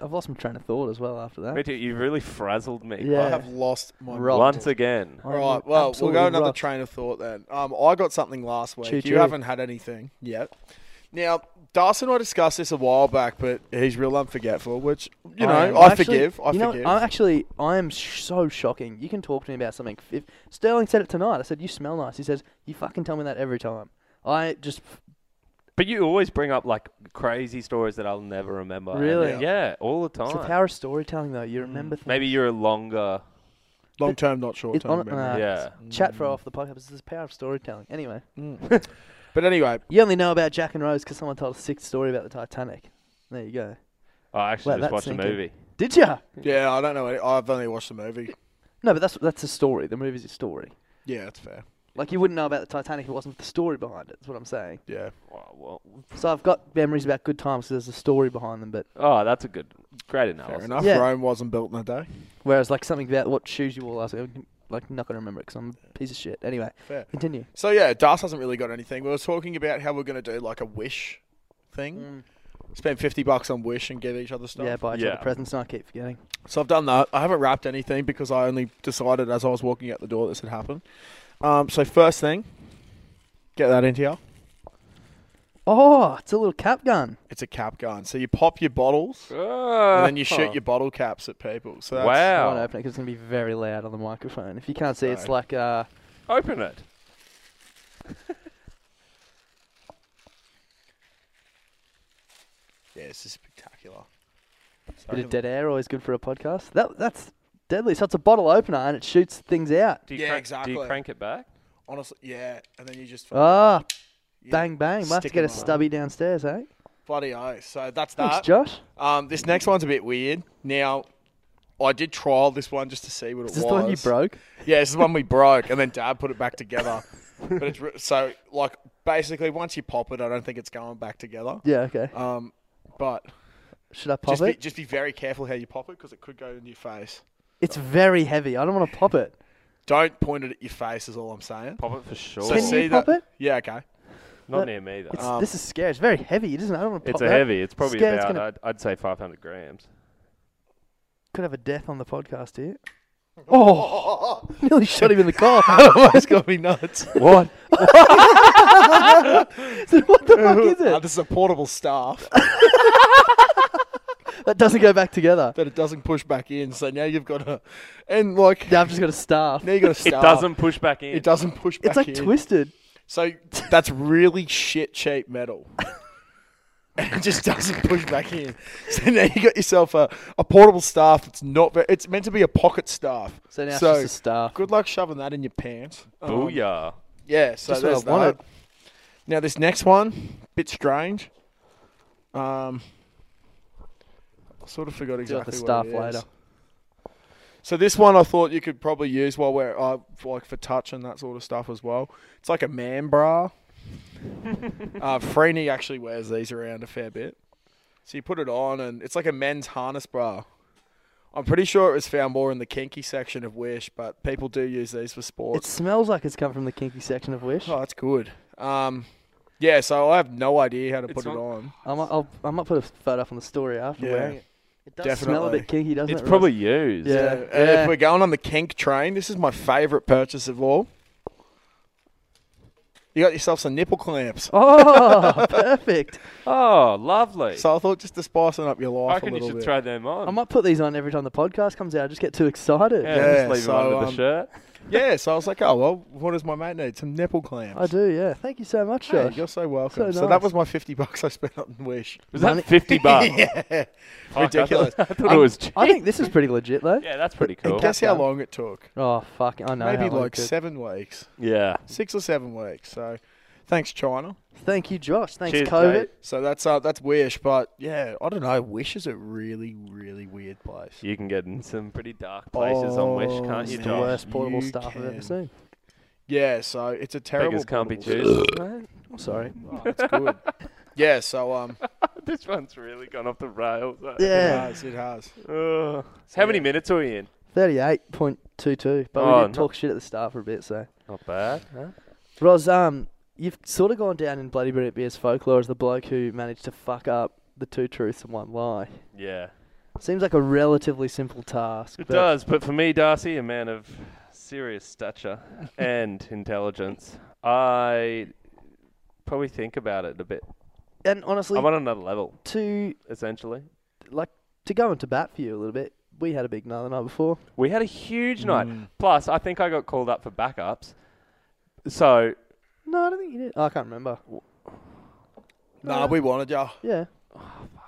I've lost my train of thought as well after that.
Mate, you've really frazzled me.
Yeah.
I have lost my
Rocked.
Once again.
All
I'm
right. Well, we'll
absolutely
go another
rocked.
train of thought then. Um, I got something last week.
Choo-choo.
You haven't had anything yet. Now, Darcy and I discussed this a while back, but he's real unforgetful, which you know
I
I,
am. Actually,
forgive. I
you know,
forgive.
I'm actually, I am sh- so shocking. You can talk to me about something. If Sterling said it tonight. I said, "You smell nice." He says, "You fucking tell me that every time." I just
But you always bring up like crazy stories that I'll never remember. and-
Really?
Yeah, all the time.
it's the power of storytelling, though.
Mm,
You remember things.
Maybe you're a longer.
Long term, not short
It's
term.
on, nah,
memory.
Yeah.
Chat for off the podcast. It's the power of storytelling. Anyway,
Mm. But anyway,
you only know about Jack and Rose because someone told a sick story about the Titanic. There you go.
I actually
Let
just
that
watched a
sink in.
movie.
Did ya?
yeah, I don't know. Any, I've only watched the movie.
No, but that's that's a story. The movie's a story.
Yeah, that's fair.
Like you wouldn't know about the Titanic if it wasn't the story behind it. That's what I'm saying.
Yeah.
Oh, well-
So I've got memories about good times because there's a story behind them. But
oh, that's a good, great
Fair
analysis.
enough.
Yeah.
Rome wasn't built in a day.
whereas like something about what shoes you wore last week, I'm, like not gonna remember it because I'm a piece of shit. Anyway,
Fair.
continue.
So yeah, Das hasn't really got anything. We were talking about how we're going to do like a wish thing. Spend fifty bucks on wish and give each other stuff.
Mm. Yeah, buy each
Yeah.
other presents. And I keep forgetting.
So I've done that. I haven't wrapped anything because I only decided as I was walking out the door this had happened. Um, so first thing, get that into you.
Oh, it's a little cap gun.
It's a cap gun. So you pop your bottles and then you
Uh-huh.
shoot your bottle caps at people. So that's,
Oh,
I
wow.
won't open it 'cause it's gonna be very loud on the microphone. If you can't see, it's
Sorry.
like uh,
Open it.
yeah, this is spectacular. So
a
I
bit of
can-
dead air. Always good for a podcast. That that's deadly. So it's a bottle opener and it shoots things out.
Do you
Yeah,
crank, Do
exactly.
you crank it back?
honestly, yeah, and then you just
Ah,
yeah,
bang bang. Must
stick
get a
'em on.
stubby downstairs, eh?
bloody oh. So that's that.
Thanks, Josh.
Um, this next one's a bit weird. Now, I did trial this one just to see what it
Is
was.
this the one you broke?
Yeah, this is the one we broke, and then Dad put it back together. but it's re- so like basically once you pop it, I don't think it's going back together.
Yeah. Okay.
Um, but
Should I pop
just
it?
be, just be very careful how you pop it because it could go into your face.
It's very heavy. I don't want to pop it.
Don't point it at your face is all I'm saying.
Pop it for sure.
So
Can
see
you pop
that?
it?
Yeah, okay.
Not
Look,
near me though.
It's,
Um,
this is scary. It's very heavy. It isn't. I don't want to pop
it's a
that.
heavy. It's probably
Scared it's
about
gonna-
I'd, I'd say 500 grams.
Could have a death on the podcast here. Oh, nearly shot him in the car.
It's got me nuts.
What?
So what the fuck is
Uh,
it?
this is a portable staff
That doesn't go back together.
that it doesn't push back in. So now you've got a, and like
Now I've just got a staff.
now you got a
it
staff.
doesn't push back in.
It doesn't push back.
It's like
in.
twisted.
So that's really shit cheap metal. And it just doesn't push back in. So now you got yourself a, a portable staff. It's not. Very, it's meant to be a pocket staff.
So now
So,
it's just a staff.
Good luck shoving that in your pants. Um,
Booyah.
yeah. So
Just what I
there's that.
wanted.
Now this next one, bit strange. Um, I sort of forgot
Do like the
exactly
staff
what it is.
later.
So this one I thought you could probably use while we're uh, for, like for touch and that sort of stuff as well. It's like a man bra. uh, Freeney actually wears these around a fair bit. So you put it on and it's like a men's harness bra. I'm pretty sure it was found more in the kinky section of Wish, but people do use these for
It
sports.
smells like it's come from the kinky section of Wish.
Oh, that's good. Um, yeah, so I have no idea how to
It's
put it
not-
on.
I might, I'll, I might put a photo up on the story after
Yeah.
wearing it. It does
Definitely.
smell a bit kinky, doesn't
It's
it? Ross?
probably used.
Yeah.
Uh, If we're going on the kink train, this is my favourite purchase of all. You got yourself some nipple clamps.
Oh, perfect.
Oh, lovely.
So I thought just to spice it up your life
I
a
reckon you
little
should
bit.
throw them
I
on.
might put these on every time the podcast comes out. I just get too excited.
yeah, just leave them
so,
under
um,
the shirt.
yeah, so I was like, oh well, what does my mate need? Some nipple clamps.
I do, yeah. Thank you so much,
Hey,
Josh.
you're so welcome.
Oh, So
So,
nice.
that was my fifty bucks I spent on Wish.
Was that 50 bucks?
yeah,
Fuck, I thought-
ridiculous.
I thought it was cheap.
I think this is pretty legit, though.
Yeah, that's pretty
And
cool.
guess how long it took?
Oh, fuck. I know. how
Maybe
long it
like
took.
seven weeks,
Yeah.
six or seven weeks. So, thanks China.
Thank you, Josh. Thanks,
Cheers,
COVID.
mate.
So that's uh, that's Wish, but yeah, I don't know. Wish is a really, really weird place.
You can get in some pretty dark places on Wish, can't you,
It's the
man.
Josh?
worst portable
You
stuff I've ever
can.
seen.
Yeah, so it's a terrible.
Beggars can't be
portable.
choosers.
Mate, I'm sorry.
It's good. Yeah, so um,
this one's really gone off the rails. eh?
it
Yeah.
has, it has.
Ugh. how many minutes are we in?
38.22. But
Oh,
we did
no-
talk shit at the start for a bit, so.
Not bad.
Roz, um, you've sort of gone down in Bloody Brit BS folklore as the bloke who managed to fuck up the two truths and one lie.
Yeah.
Seems like a relatively simple task.
It
but
does, but for me, Darcy, a man of serious stature and intelligence, I probably think about it a bit.
And honestly,
I'm on another level,
to
essentially.
like to go into bat for you a little bit, we had a big night the night before.
We had a huge night.
Mm.
Plus, I think I got called up for backups. So,
No, I don't think you did. Oh, I can't remember.
Nah, we wanted ya.
Yeah. Oh, fuck.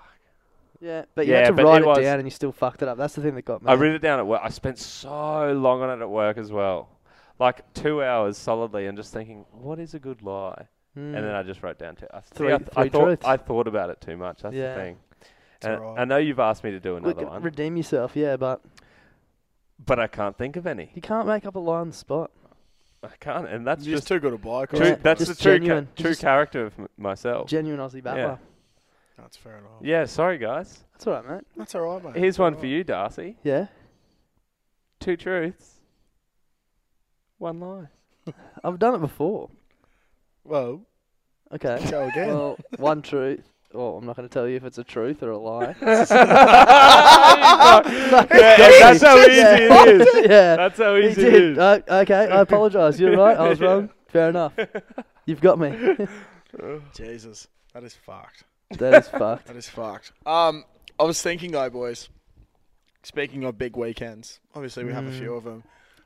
Yeah, but you
Yeah,
had to
but
write
it
it,
was-
down and you still fucked it up. That's the thing that got me.
I wrote it down at work. I spent so long on it at work as well. Like two hours solidly and just thinking, what is a good lie?
Hmm.
And then I just wrote down two. I, see,
Mm. Three-
I, th-
three
I, thought,
truths.
I thought about it too much. That's
Yeah.
the thing.
It's
And
alright.
I know you've asked me to do
Look,
another one,
redeem yourself, yeah, but
but I can't think of any.
you can't make up a lie on the spot.
I can't, and that's
You're
just
just too good a bloke.
true.
Yeah,
that's
just
the true, ca-
genuine.
true
Just-
character of m- myself.
Genuine Aussie battler.
That's fair enough.
yeah, sorry guys.
That's all right, mate.
That's all
Oh,
right, mate.
Here's one for you, Darcy.
Yeah.
Two truths, one lie.
I've done it before.
Well,
Okay.
go again.
well, one truth. Oh, I'm not going to tell you if it's a truth or a lie.
that's how easy it is.
yeah.
That's how
He
easy it
did.
is.
Uh, okay, I apologise. You're right. I was wrong. Fair enough. You've got me.
Jesus, that is fucked.
that is fucked.
That is fucked. Um, I was thinking though, boys. Speaking of big weekends, obviously we have a
Mm.
few of them.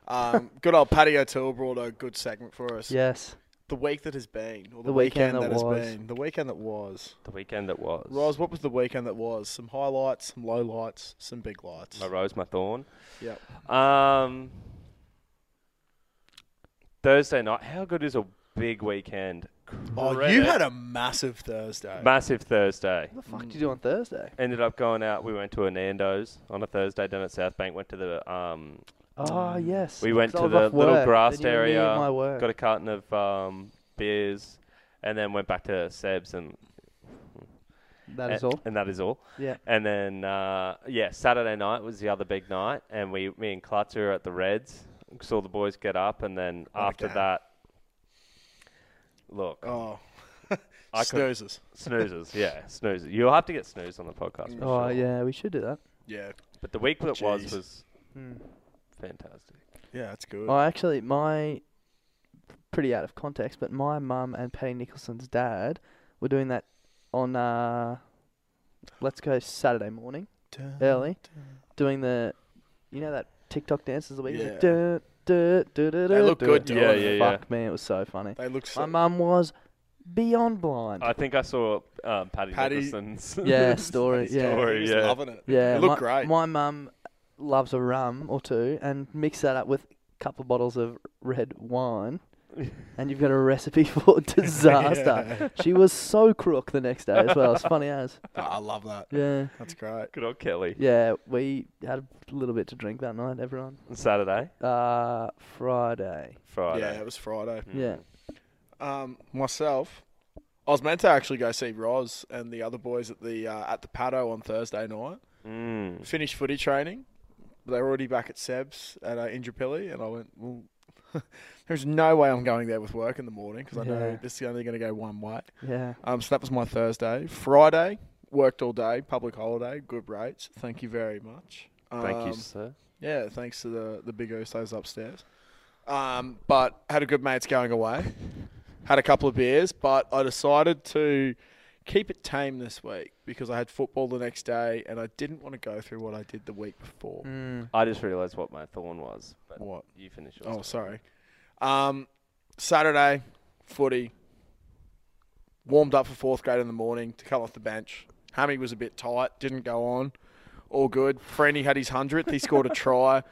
Um, good old Patty O'Toole brought a good segment for us.
Yes.
The week that has been, or the,
The
weekend,
weekend that
that,
was.
has been, the weekend that was.
The weekend that was.
Roz, what was the weekend that was? Some highlights, some lowlights, some big lights.
My rose, my thorn.
Yep.
Um, Thursday night. How good is a big weekend?
Oh, you
Credit.
had a massive Thursday.
massive Thursday.
What the fuck did you do on Thursday?
Ended up going out. We went to Hernando's on a Thursday down at South Bank. Went to the um.
Oh, yes.
We went
'cause I
to
was
the
off
little
work,
grassed
then you were me
area.
and My work.
Got a carton of um beers, and then went back to Seb's and.
That is
and-
all.
And that is all.
Yeah.
And then uh, yeah, Saturday night was the other big night, and we me and Klutz were at the Reds. Saw the boys get up, and then after
game.
that, look
Oh,
I could-
snoozes.
snoozes. Yeah, snoozes. You'll have to get snoozed on the podcast. For
Oh,
sure.
yeah, we should do that.
Yeah,
But the week that was
Jeez.
was
Hmm.
fantastic.
yeah, that's good.
Oh, actually, my pretty out of context, but my mum and Patty Nicholson's dad were doing that on uh, let's go Saturday morning early, doing the you know that TikTok dance is the week.
Yeah.
Like, duh, duh, duh,
They
duh, duh,
look
duh,
good
duh.
doing Yeah, it. yeah,
Fuck me, it was so funny.
They look
My
so.
mum was beyond blind.
I think I saw um, Paddy,
Paddy-
Nicholson's
yeah, story. yeah,
story.
He's
yeah.
loving it.
yeah.
It looked
my,
great.
My mum loves a rum or two, and mix that up with a couple bottles of red wine. and you've got a recipe for disaster.
Yeah.
She was so crook the next day as well. It's funny as.
I love that.
Yeah.
That's great.
Good old Kelly.
Yeah, we had a little bit to drink that night, everyone.
Saturday?
Uh, Friday.
Friday.
Yeah, it was Friday.
Yeah.
Um, myself, I was meant to actually go see Roz and the other boys at the uh, at the paddo on Thursday night.
Mm.
Finished footy training. They were already back at Seb's at uh, Indrapilli, and I went, well, there's no way I'm going there with work in the morning because I
Yeah.
know this is only going to go one way.
Yeah.
Um, so that was my Thursday. Friday, worked all day, public holiday, good rates. Thank you very much.
Thank
Um,
you, sir.
Yeah, thanks to the, the big Usos upstairs. Um, but had a good mate's going away. Had a couple of beers, but I decided to keep it tame this week because I had football the next day and I didn't want to go through what I did the week before.
I just realised what my thorn was. But
What?
You finish yours.
Oh, sorry. Um, Saturday, footy. Warmed up for fourth grade in the morning to come off the bench. Hammy was a bit tight, didn't go on. All good. Franny had his hundredth. He scored a try.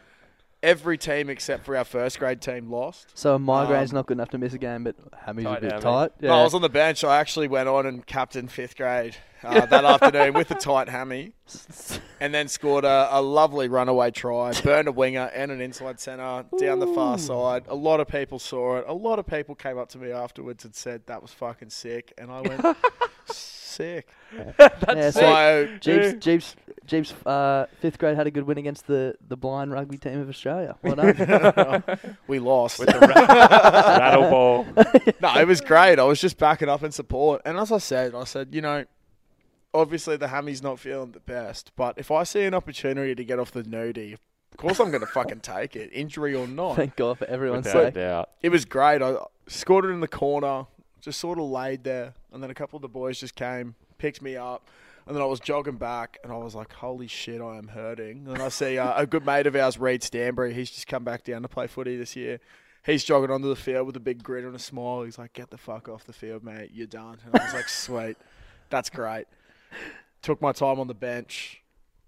Every team except for our first grade team lost.
So a migraine's
Um,
not good enough to miss a game, but Hammy's a
Tight
bit
Hammy.
tight.
Oh,
No, I was on the bench. I actually went on and captained fifth grade uh, that afternoon with a tight hammy, and then scored a, a lovely runaway try, burned a winger and an inside centre down the far
Ooh.
side. A lot of people saw it. A lot of people came up to me afterwards and said that was fucking sick, and I went sick.
yeah,
That's
so
so-
Jeeps, Jeeps, Jeeps, uh, fifth grade had a good win against the, the blind rugby team of Australia. Well done.
we lost.
With the ra- rattle ball.
no, it was great. I was just backing up in support. And as I said, I said, you know, obviously the hammy's not feeling the best, but if I see an opportunity to get off the nudie, of course I'm going to fucking take it, injury or not.
Thank God for everyone's
Without
sake.
doubt.
It was great. I scored it in the corner, just sort of laid there, and then a couple of the boys just came, picked me up, and then I was jogging back, and I was like, "Holy shit, I am hurting." And I see uh, a good mate of ours, Reed Stanbury. He's just come back down to play footy this year. He's jogging onto the field with a big grin and a smile. He's like, "Get the fuck off the field, mate. You're done." And I was like, "Sweet, that's great." Took my time on the bench,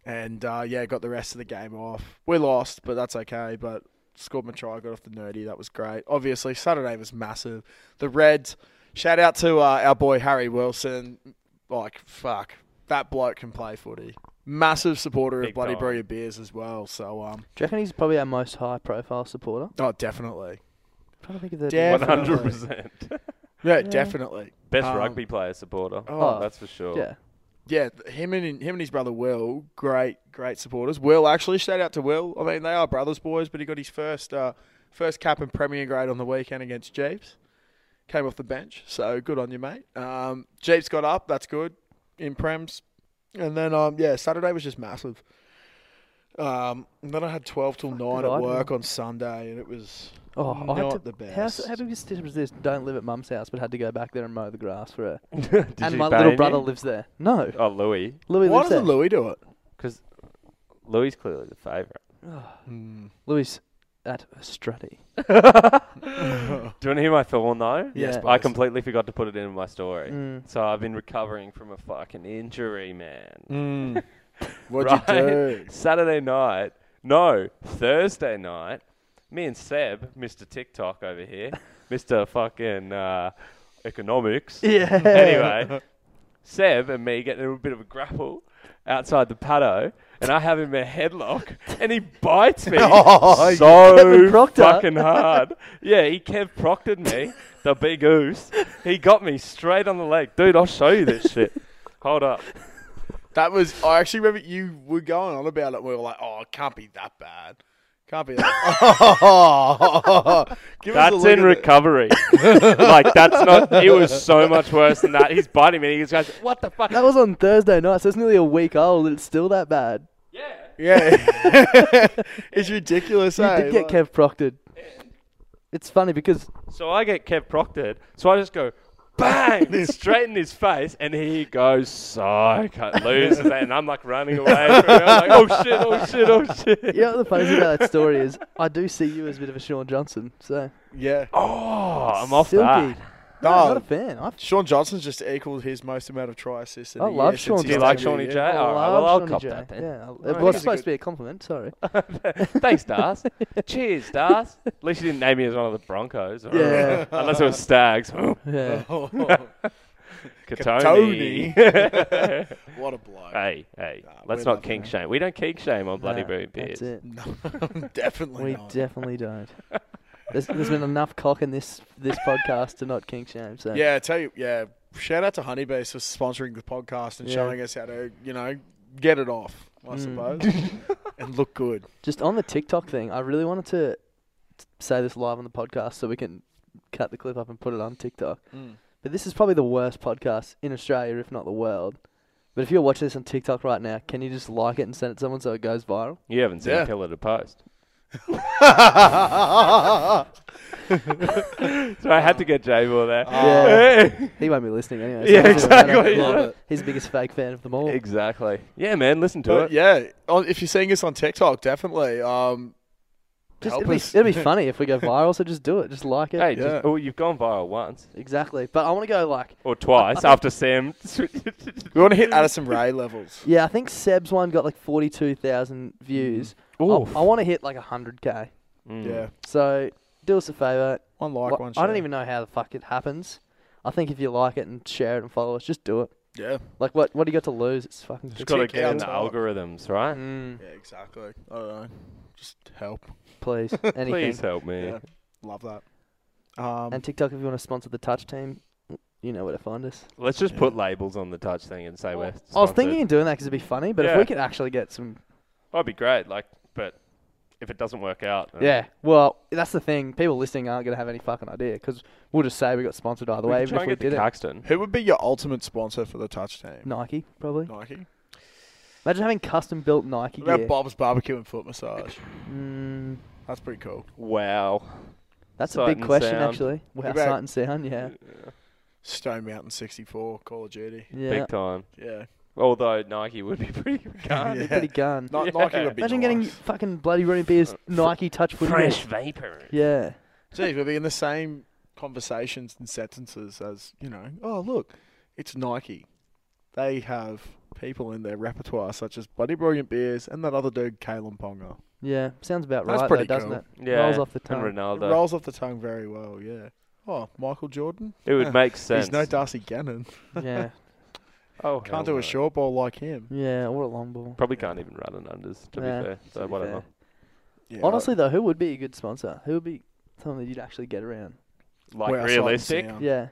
and uh, yeah, got the rest of the game off. We lost, but that's okay. But scored my try, got off the nerdy. That was great. Obviously, Saturday was massive. The Reds. Shout out to uh, our boy Harry Wilson. Like fuck, that bloke can play footy. Massive supporter
Big
of Bloody
time.
Brew Beers as well. So um,
Do you reckon he's probably our most high profile supporter?
oh, definitely.
I'm trying to think of the
Definitely.
100%.
Yeah, definitely.
Best
Um,
rugby player supporter.
oh,
that's for sure.
yeah.
Yeah, th- him and him and his brother Will, great, great supporters. Will actually, shout out to Will. I mean, they are brothers boys, but he got his first uh, first cap and premier grade on the weekend against Jeeps. Came off the bench, so good on you, mate. Um, Jeeps got up, that's good in prems, and then um, yeah, Saturday was just massive. Um, and then I had twelve till nine
did I
at
do?
work on Sunday, and it was
Oh, I had
not
to,
the best.
How, s- how big was this, was this? Don't live at mum's house, but had to go back there and mow the grass for her.
Did
and
you
my
ban
little
you?
brother lives there. No.
Oh, Louis.
Louis
Why
lives there.
doesn't Louis do it?
Because Louis is clearly the favourite.
Louis at Strutty.
Do you want to hear my thorn though?
Yes,
I
please.
completely forgot to put it in my story.
Mm.
So I've been recovering from a fucking injury, man.
Mm. What'd you do?
Saturday night. No, Thursday night. Me and Seb, Mr. TikTok over here, Mr. fucking uh, economics.
Yeah.
Anyway, Seb and me getting into a bit of a grapple outside the paddo, and I have him in a headlock, and he bites me
Oh, you Kevin
so
Proctor.
fucking hard. Yeah, he Kev Proctored me, the big goose. He got me straight on the leg. Dude, I'll show you this shit. Hold up.
That was. I actually remember you were going on about it. We were like, "Oh, it can't be that bad. Can't be that." Give us a
that's
look at
in
it.
recovery. like, that's not. It was so much worse than that. He's biting me. He's going, What the fuck?
That was on Thursday night, so it's nearly a week old. and It's still that bad.
Yeah. it's ridiculous,
You
eh?
did get Kev Proctored. It's funny because
So I get Kev Proctored. So I just go, bang, straight in his face. And he goes, psych. Loses it. And I'm like running away from him. I'm like, oh shit, oh shit, oh shit.
You know what the funny thing about that story is? I do see you as a bit of a Sean Johnson, so.
Yeah.
Oh, I'm off
Silky.
that.
I'm not a fan. i
Sean Johnson's just equaled his most amount of try assists. In
I
the
love
year
Sean.
since he's
Johnson.
taken over, yeah.
I love Shawnee J. Yeah, I- it was supposed to be a compliment. Sorry.
Thanks, Stars. Cheers, Stars. At least you didn't name me as one of the Broncos.
Yeah.
Unless it was Stags.
Yeah.
Katoni.
Katoni. What a blow.
Hey, hey. let's
we're
not kink shame. We don't kink shame on Bloody
Nah,
Boom
that's
Beers.
it.
definitely
we
not.
definitely don't. There's, there's been enough cock in this this podcast to not kink shame. So
Yeah, I tell you, yeah. Shout out to Honeybees for sponsoring the podcast and
Yeah.
showing us how to, you know, get it off. I
Mm.
suppose, and look good.
Just on the TikTok thing, I really wanted to t- say this live on the podcast so we can cut the clip up and put it on TikTok.
Mm.
But this is probably the worst podcast in Australia, if not the world. But if you're watching this on TikTok right now, can you just like it and send it to someone so it goes viral?
You haven't seen
Yeah.
Pillar to Post.
so
So I had to get Jay Moore there.
Oh. Yeah. he won't be listening anyway. so
Yeah,
it doesn't matter.
exactly,
Love
yeah.
it. He's the biggest fake fan of them all.
Exactly. Yeah, man. Listen to
But
it.
yeah, on, if you're seeing us on TikTok, definitely. Um,
Just,
help
it'd, be,
us.
it'd be funny if we go viral, so just do it. Just like it.
Hey, just- oh, you've gone viral once
exactly. But I want to go like.
or twice after Sam.
we want to hit Addison Ray levels.
Yeah, I think Seb's one got like 42,000 views. Oh, I, want to hit like 100k.
Mm.
Yeah.
So do us a favour.
One like, one
I don't
share.
even know how the fuck it happens. I think if you like it and share it and follow us, just do it.
Yeah.
Like, what What do you got to lose? It's fucking
Just got to
stupid.
get in the algorithms,
Mm.
right?
Yeah, exactly. I don't know. Just help.
Please. Anything.
Please help me.
Yeah, love that. Um,
And TikTok, if you want to sponsor the touch team, you know where to find us.
Let's just put labels on the touch thing and say we're.
Oh. I was
sponsored.
thinking of doing that because it'd be funny, but if
Yeah.
we could actually get some.
That'd be great. Like, but if it doesn't work out, then-
Yeah, well, that's the thing. People listening aren't going to have any fucking idea because we'll just say we got sponsored either
We
way,
could try
even if
and
we
get the
did it.
Caxton.
Who would be your ultimate sponsor for the touch team?
Nike, probably.
Nike.
Imagine having custom built Nike
What about
gear.
Bob's Barbecue and Foot Massage?
Mm,
That's pretty cool.
Wow.
that's
Sight
a big
and
question,
sound.
actually.
What
Wow,
about-
sight and sound, yeah.
Stone Mountain 64, Call of Duty.
Yeah.
Big time.
Yeah.
Although Nike would be pretty
Gun,
good.
be pretty gun.
Ni- Nike would be
Imagine
nice. Uh,
getting fucking bloody Rooney Beer's Nike Touch football.
vapor.
Yeah.
Geez, we'll be in the same conversations and sentences as, you know, oh, look, it's Nike. They have people in their repertoire, such as Bloody Brilliant Beers and that other dude, Kalen Ponga.
Yeah, sounds about
That's
right,
pretty
though, doesn't
cool.
it?
Yeah.
Rolls off the tongue.
And
It
Ronaldo.
rolls off the tongue very well, yeah. Oh, Michael Jordan?
It would
Huh.
make
He's no
sense.
Darcy Gannon.
Yeah,
oh, hell
Can't do
no.
a short ball like him.
yeah, or a long ball.
Probably can't even run an unders, to
Yeah,
be fair. So
to be
whatever.
fair.
Yeah,
Honestly, though, who would be a good sponsor? Who would be someone that you'd actually get around?
Like
Well, outside and
realistic.
sound.
Yeah,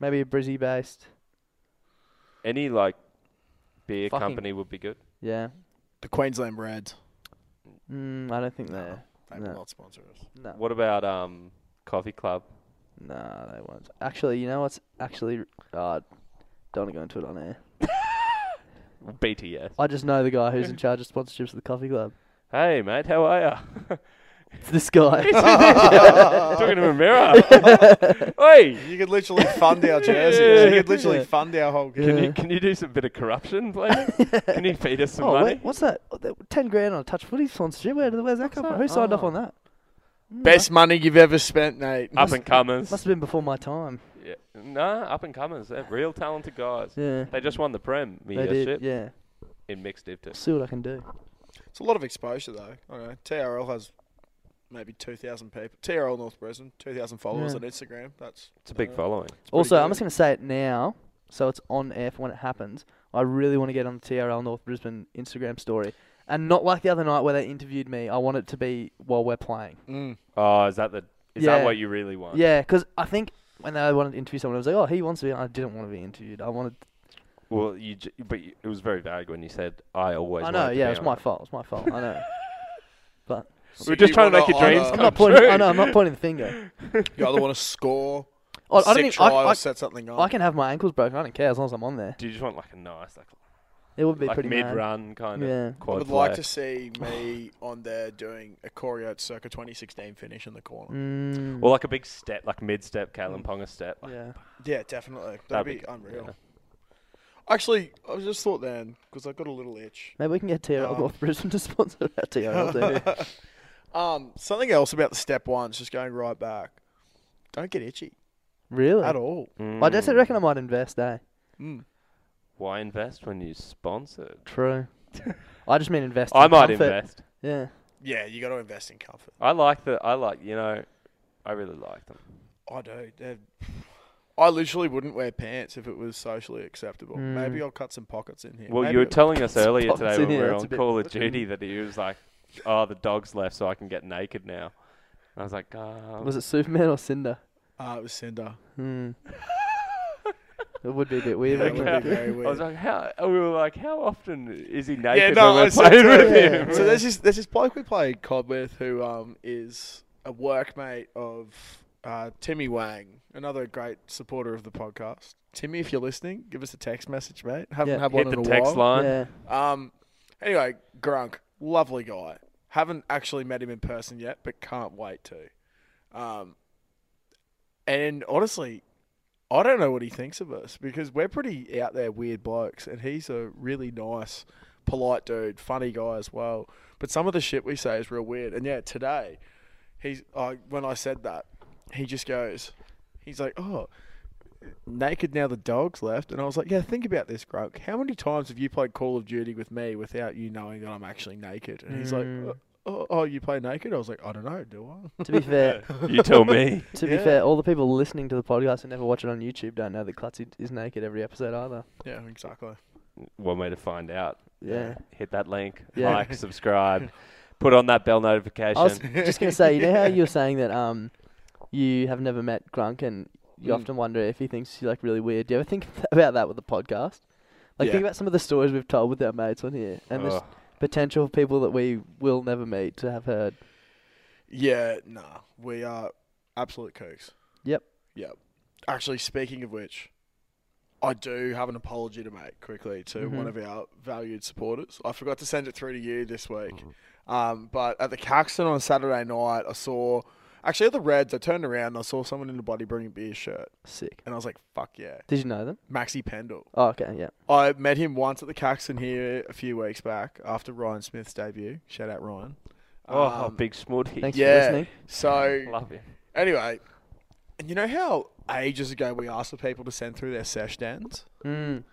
maybe a Brizzy based.
Any like beer
Fucking-
company would be good.
Yeah,
The Queensland Reds.
mm, I don't think they're.
They
No.
will not sponsor us.
No,
What about um coffee club?
no, they won't. Actually, you know what's actually? Oh, don't want to go into it on air.
BTS.
I just know the guy who's in charge of sponsorships of the coffee club.
Hey mate, how are ya?
It's this guy.
Oh,
Talking to a mirror. Oi.
You could literally fund our jerseys. You could literally fund our whole
Can
Yeah.
you can you do some bit of corruption, please? can you feed us some
oh,
money?
wait, what's that? Oh, that- Ten grand on a touch footy sponsorship? Where, where's that come from? Who signed off
Oh.
on that?
Best money you've ever spent, Nate.
Up and comers.
Must have been before my time.
Yeah. Nah, up and comers. They're real talented guys.
Yeah.
They just won the Prem
They did,
premiership
yeah.
in mixed div two.
See what I can do.
It's a lot of exposure, though. I don't know. TRL has maybe 2,000 people. TRL North Brisbane, 2,000 followers
Yeah.
on Instagram. That's
It's a big
Uh,
following.
Also, I'm
good.
just going to say it now, so it's on air for when it happens. I really want to get on the TRL North Brisbane Instagram story. And not like the other night where they interviewed me. I want it to be while we're playing.
Mm.
Oh, is that the? Is
Yeah.
that what you really want?
Yeah, because I think when I wanted to interview someone, I was like, oh, he wants to be. I didn't want to be interviewed. I wanted.
Well, you. J- but you, it was very vague when you said, "I always."
I know,
wanted to
yeah,
be
it's
on
my
it."
fault. It's my fault. I know. But
We We're just
you
trying to
wanna
make your dreams
honour-
I'm
come
not pointing.
true.
I know, I'm not pointing the finger.
You either want to score,
I, I don't
sick
even-
try,
I-
or
I-
set something up.
I can have my ankles broken. I don't care as long as I'm on there.
Do you just want like a nice, like,
It would be
like
pretty mad.
mid-run kind
Yeah.
of
I
quad
would like
flex.
to see me on there doing a Coriot circa 2016 finish in the corner.
Mm,
Or like a big step, like mid-step, Kalen Ponga step. Like,
yeah.
Yeah, definitely. That'd,
That'd
be,
be good,
unreal.
yeah.
Actually, I just thought then, because I got a little itch.
Maybe we can get TRL
Oh.
North Brisbane to sponsor our TRL there.
Um, something else about the step ones, just going right back. Don't get itchy.
Really?
At all.
I definitely
Mm.
reckon I might invest, eh?
Why invest when you sponsored?
True. I just mean invest.
I
in
might
comfort.
invest.
Yeah.
Yeah, you got to invest in comfort.
I like the. I like. You know, I really like them.
I do. They're- I literally wouldn't wear pants if it was socially acceptable.
Mm.
Maybe I'll cut some pockets in here.
Well,
Maybe
you were
I'll
telling
cut
us
some
earlier
pockets
today
in
when we
here.
were
It's a
on
bit-
Call of Duty that he was like, "Oh, the dog's left, so I can get naked now." And I was like, oh.
Was it Superman or Cinder?
Ah, it was Cinder.
Hmm. it would be a bit
Yeah,
weird.
like,
wouldn't
how-
it?
I was like, "How?" We were like, "How often is he naked?"
Yeah,
when
no,
we're
I said
playing
to-
with him?
So there's this there's this bloke we played COD with who um is a workmate of uh, Timmy Wang, another great supporter of the podcast. Timmy, if you're listening, give us a text message, mate. Haven't
Yeah.
had
Hit
one in
the
a
text
while.
line.
Um. Anyway, Grunk, lovely guy. Haven't actually met him in person yet, but can't wait to. Um. And honestly, I don't know what he thinks of us because we're pretty out there weird blokes, and he's a really nice, polite dude, funny guy as well. But some of the shit we say is real weird. And yeah, today, he's I when I said that, he just goes, he's like, oh. Naked now the dog's left, and I was like, "Yeah, think about this, Grunk. How many times have you played Call of Duty with me without you knowing that I'm actually naked?" And he's
Mm.
like, oh, "Oh, you play naked?" I was like, "I don't know, do I?"
To be fair, To be
Yeah.
fair, all the people listening to the podcast and never watch it on YouTube don't know that Klutzy is naked every episode either.
yeah, exactly.
one way to find out.
Yeah.
Hit that link,
Yeah.
like, subscribe, put on that bell notification.
I was just gonna say, you know how you were saying that um, you have never met Grunk and you
Mm.
often wonder if he thinks you like really weird. Do you ever think about that with the podcast? Like
Yeah.
think about some of the stories we've told with our mates on here and the s-
Ugh.
potential people that we will never meet to have heard.
Yeah, nah. We are absolute kooks.
Yep.
Yep. Actually, speaking of which, I do have an apology to make quickly to one
Mhm.
of our valued supporters. I forgot to send it through to you this week. Um, but at the Caxton on Saturday night, I saw. Actually, at the Reds, I turned around and I saw someone in a Bloody Brilliant Beer shirt.
Sick.
And I was like, fuck yeah.
Did you know them?
Maxi Pendle.
Oh, okay, yeah.
I met him once at the Caxton here a few weeks back after Ryan Smith's debut. Shout out Ryan.
Oh, big smoothie. Thanks for
yeah.
listening.
So
Love you.
Anyway, and you know how ages ago we asked the people to send through their sesh dens?
Mm.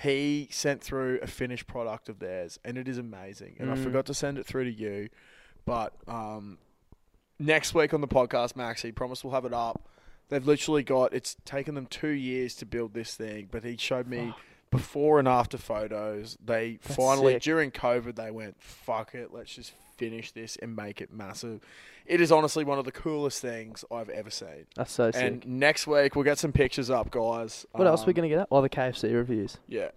He sent through a finished product of theirs, and it is amazing. And I
Mm.
forgot to send it through to you, but um, next week on the podcast, Maxi, promise we'll have it up. They've literally got it's taken them two years to build this thing, but he showed me before and after photos. They
That's
finally
sick.
during COVID they went, fuck it, let's just finish this and make it massive. It is honestly one of the coolest things I've ever seen.
That's so
And next week we'll get some pictures up, guys.
What else are we
Um,
gonna get up? Oh, the KFC reviews.
yeah.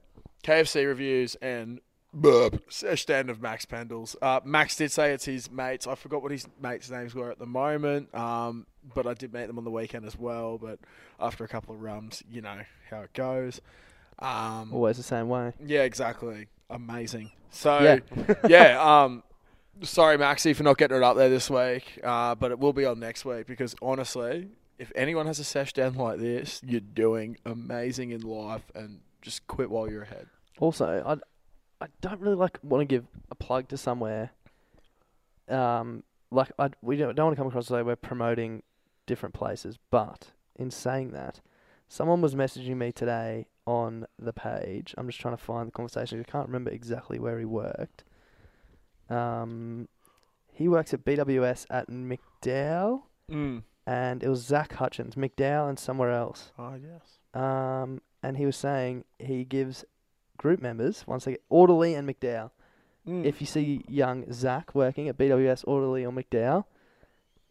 KFC reviews and burp. Sesh stand of Max Pendles. Uh, Max did say it's his mates. I forgot what his mates' names were at the moment, um, but I did meet them on the weekend as well. But after a couple of rums, you know how it goes. Um,
Always the same way.
yeah, exactly. Amazing. So yeah,
Yeah.
um sorry Maxi for not getting it up there this week, uh, but it will be on next week because honestly, if anyone has a sesh down like this, you're doing amazing in life and just quit while you're ahead.
Also, I I don't really like want to give a plug to somewhere. Um, like I we don't, don't want to come across as though we're promoting different places, but in saying that, someone was messaging me today on the page. I'm just trying to find the conversation. I can't remember exactly where he worked. Um, he works at BWS at McDowell,
Mm.
and it was Zach Hutchins, McDowell, and somewhere else.
Oh yes.
Um, and he was saying he gives group members once they get Orderly and McDowell.
Hmm.
If you see young Zach working at BWS Orderly or McDowell,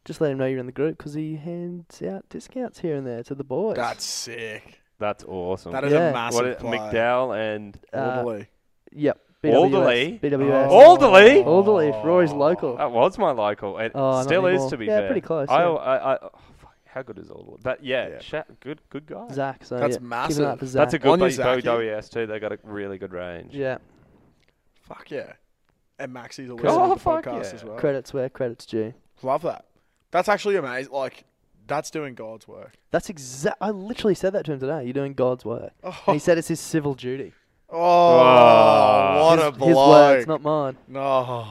just let him know you're in the group because he hands out discounts here and there to the boys.
That's sick.
That's awesome.
That is a Yeah. massive
What,
play.
McDowell and
Uh,
Orderly. Oh.
Yep.
Alderley?
BWS, BWS.
Alderley?
Alderley. Rory's local.
That was oh, my local. It
Oh, not
still is
anymore.
to be
Yeah,
fair.
pretty close,
I,
yeah.
I, I, oh, fuck, how good is Alderley? That yeah, Sha- good, good guy.
Zach, so
That's
yeah, keep an eye out
massive.
for
That's a
Zach.
good
On your
buddy,
Zach, yeah.
WS too. They got a really good range.
Yeah.
Fuck yeah. And Maxi's a
Cool.
listener
Oh,
to the
fuck
podcast
yeah.
as well.
Credits where credits due.
Love that. That's actually amazing. Like that's doing God's work.
That's exact. I literally said that to him today. You're doing God's work. And he said it's his civil duty.
Oh,
Oh.
what
his,
a Oh. blow.
His words, not mine.
No.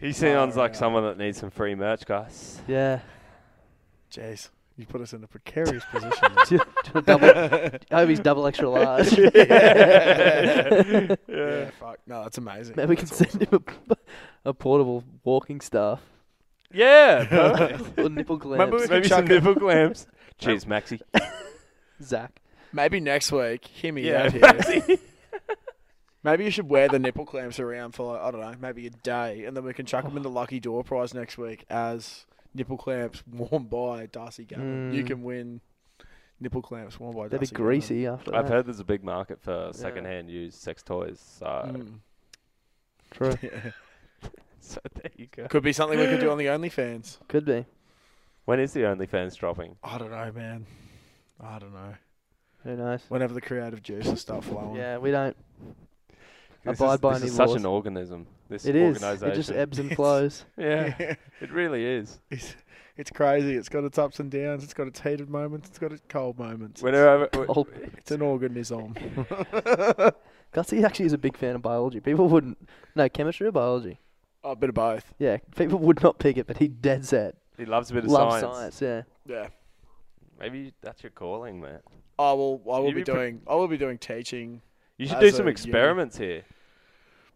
He sounds like someone that needs some free merch, guys.
Yeah.
Jeez.
You put us in a precarious position.
to, to a double, I hope he's double extra large.
yeah. Yeah, fuck. No, that's amazing.
Maybe we can
That's
send him a, a portable walking staff.
Yeah,
perfect. Or nipple
Maybe,
clamps.
we maybe some nipple clamps. Cheers, Maxi.
Zach.
Maybe next week. Hear me
Yeah,
out here. maybe you should wear the nipple clamps around for like, I don't know, maybe a day, and then we can chuck them in the lucky door prize next week as nipple clamps worn by Darcy Gavin. You
Mm.
can win nipple clamps worn by
They'd be
Darcy. Gavin.
greasy after
I've
that.
heard there's a big market for secondhand used sex toys. So.
Mm.
True.
so there you go.
Could be something we could do on the OnlyFans.
Could be.
When is the OnlyFans dropping?
I don't know, man. I don't know.
Who knows?
Whenever the creative juices start flowing.
Yeah, we don't
This
abide
is,
by
this
any
is
laws.
such an organism. This
It is.
organisation.
It just ebbs and flows.
yeah, it really is.
It's, it's crazy. It's got its ups and downs. It's got its heated moments. It's got its cold moments.
Whenever I-
Cold.
it's an organism.
Gutsy actually is a big fan of biology. People wouldn't. No, chemistry or biology?
Oh, a bit of both.
Yeah, people would not pick it, but he dead set.
He loves a bit of
Loves
science.
yeah.
Yeah.
Maybe that's your calling, man.
I will. I will
You'd
be,
be pre-
doing. I will be doing teaching.
You should
as
do
a
some
uni.
experiments here.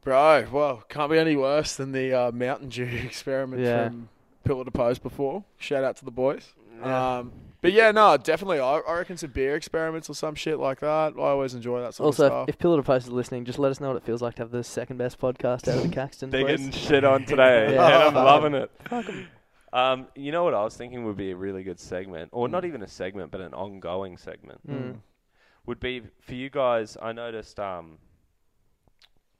bro. Well, can't be any worse than the uh, Mountain Dew experiment
Yeah.
from Pillar to Post before. Shout out to the boys. Um, but yeah, no, definitely. I, I reckon some beer experiments or some shit like that. I always enjoy that sort
Also,
of stuff.
if, if Pillar to Post is listening, just let us know what it feels like to have the second best podcast out of the Caxton.
They're
please.
getting shit on today, and
Yeah.
I'm
Fuck 'em.
loving it.
Fuck 'em.
Um, you know what I was thinking would be a really good segment, or
Hmm.
not even a segment, but an ongoing segment,
Mm.
would be for you guys. I noticed um,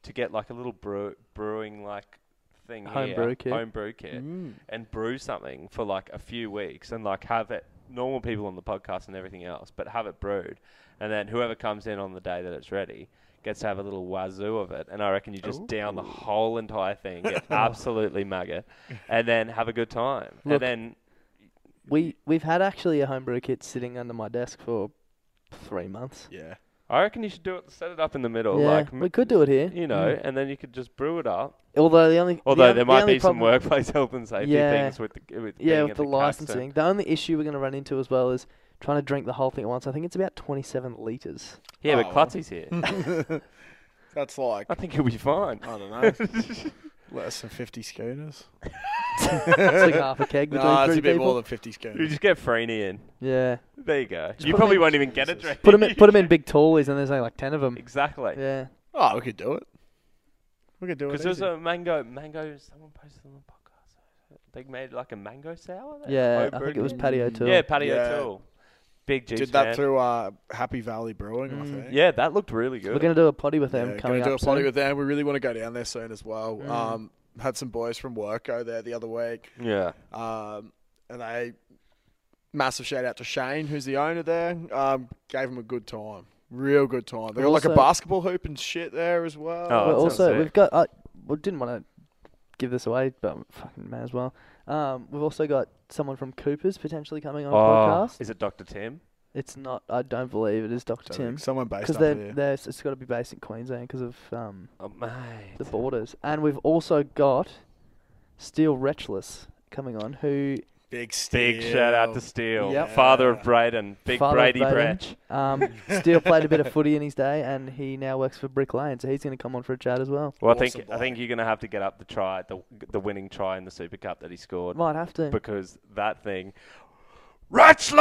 to get like a little brew, brewing like thing
Home
here,
brew kit.
home brew kit,
Mm.
and brew something for like a few weeks, and like have it normal people on the podcast and everything else, but have it brewed, and then whoever comes in on the day that it's ready. Gets to have a little wazoo of it, and I reckon you just down the whole entire thing, get absolutely maggot, and then have a good time,
Look,
and then
We we've had actually a homebrew kit sitting under my desk for three months.
Yeah.
I reckon you should do it. Set it up in the middle,
Yeah,
like m-
we could do it here.
you know,
Mm.
and then you could just brew it up.
Although the only the
Although
on-
there
the
might
only
be some
problem-
workplace health and safety
yeah.
things with the, with
yeah
being
with
at
the,
Caxton.
licensing. The only issue we're going to run into as well is trying to drink the whole thing at once. I think it's about twenty-seven liters.
Yeah, but Clutzy's here.
That's like.
I think he'll be fine.
I don't know. Less than fifty schooners.
It's like half a keg between
Nah, it's
three
a bit
people.
more than fifty schooners.
You just get Freeney in.
Yeah.
There you go.
Just
you
put 'em
probably
in-
won't even get a drink.
Put them in, put 'em in big tallies, and there's only like ten of them.
Exactly.
Yeah.
Oh, we could do it. We could do it.
Because there's
easy.
a mango. Mango. Someone posted on the podcast. They made like a mango sour. that
Yeah, I
home
think
brewed
it was
with-
Patty O'Toole.
Yeah, Patty
Yeah.
O'Toole. Big G.
Did that through uh, Happy Valley Brewing, I think.
Yeah, that looked really good.
We're going to do a potty with them
Yeah,
coming
gonna do
up
a potty
soon.
with them. We really want to go down there soon as well.
Mm.
Um, had some boys from work go there the other week.
Yeah.
Um, and they massive shout out to Shane, who's the owner there. Um, gave them a good time, real good time. They got like a
Also-
basketball hoop and shit there as well.
Oh,
Well, also, we've got. I well, didn't want to give this away, but we fucking may as well. Um, we've also got someone from Cooper's potentially coming on a
Oh,
podcast.
is it Dr. Tim?
It's not. I don't believe it is Doctor
Don't think
Tim.
someone based
because
up
they're,
here.
they're- it's got to be based in Queensland because of um
Oh, mate.
the borders. And we've also got Steel Wretchless coming on, who
Big
Big shout out to Steele,
Yep.
father of Braden, big
father of
Brady
Braden,
Bratch.
Um, Steel played a bit of footy in his day, and he now works for Brick Lane, so he's going to come on for a chat as well.
Well, I think I think you're gonna have to get up the try, the the winning try in the Super Cup that he scored.
Might have to.
because that thing, Ratchless,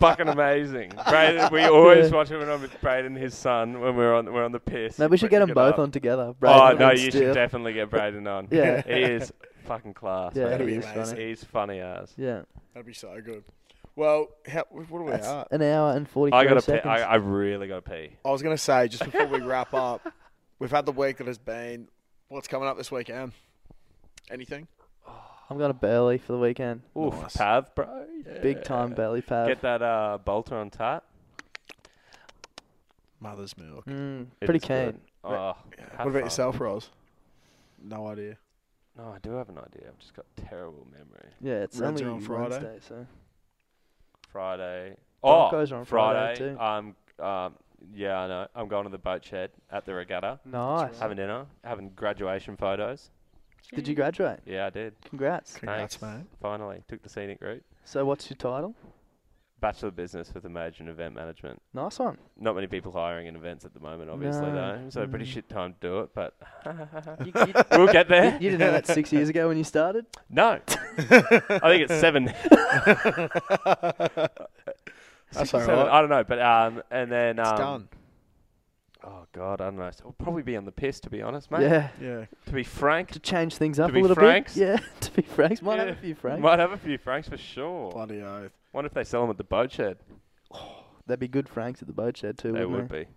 fucking amazing. Braden, we always
Yeah.
watch him on with Braden, his son, when we're on we're on the piss.
No, we should
Bring
get 'em both
up.
on together, Braden
oh no,
and
you
Steele.
should definitely get Braden on.
Yeah.
he is fucking class.
Yeah,
man.
he That'd be is funny. amazing.
He's funny as.
Yeah.
That'd be so good. Well, how, what are we
That's
at?
an hour and 40
I gotta pee.
seconds.
I, I really gotta pee.
I was going to say, just before we wrap up, we've had the week that has been. What's coming up this weekend? Anything?
I'm going to Burley for the weekend.
Oof, Pav, bro. Yeah.
Big time Burley Pav.
Get that uh, bolter on tap.
Mother's milk.
Mm,
It
pretty
is good.
keen.
Oh, have
what about
fun.
yourself, Rose? No idea.
No, I do have an idea. I've just got terrible memory.
Yeah, it's
Reds
only
are on Friday.
Wednesday, so.
Friday. Oh,
Broncos are on Friday
Friday. I'm. Um, yeah, I know. I'm going to the boat shed at the regatta.
Nice.
Having dinner, having graduation photos.
Did you graduate?
Yeah, I did.
Congrats.
Congrats, mate. Finally, took the scenic route.
So what's your title?
Bachelor of Business with a major in event management.
Nice one.
Not many people hiring in events at the moment, obviously,
No.
though. So, pretty
Mm.
shit time to do it, but
You-
we'll get there.
You, you didn't know that six years ago when you started?
No. I think it's seven. Six or
all
seven,
right.
I don't know, but um, and then
It's
um,
done.
Oh God, I don't know. So I'll probably be on the piss, to be honest, mate.
Yeah.
Yeah.
To be frank,
To change things up
to be
a little
franks,
bit. Yeah, to be franks. Might have
Yeah.
a few franks.
Might have a few franks for sure.
Bloody oath.
Wonder if they sell them at the boat shed.
That'd be good franks at the boat shed too,
They would
wouldn't they?
be.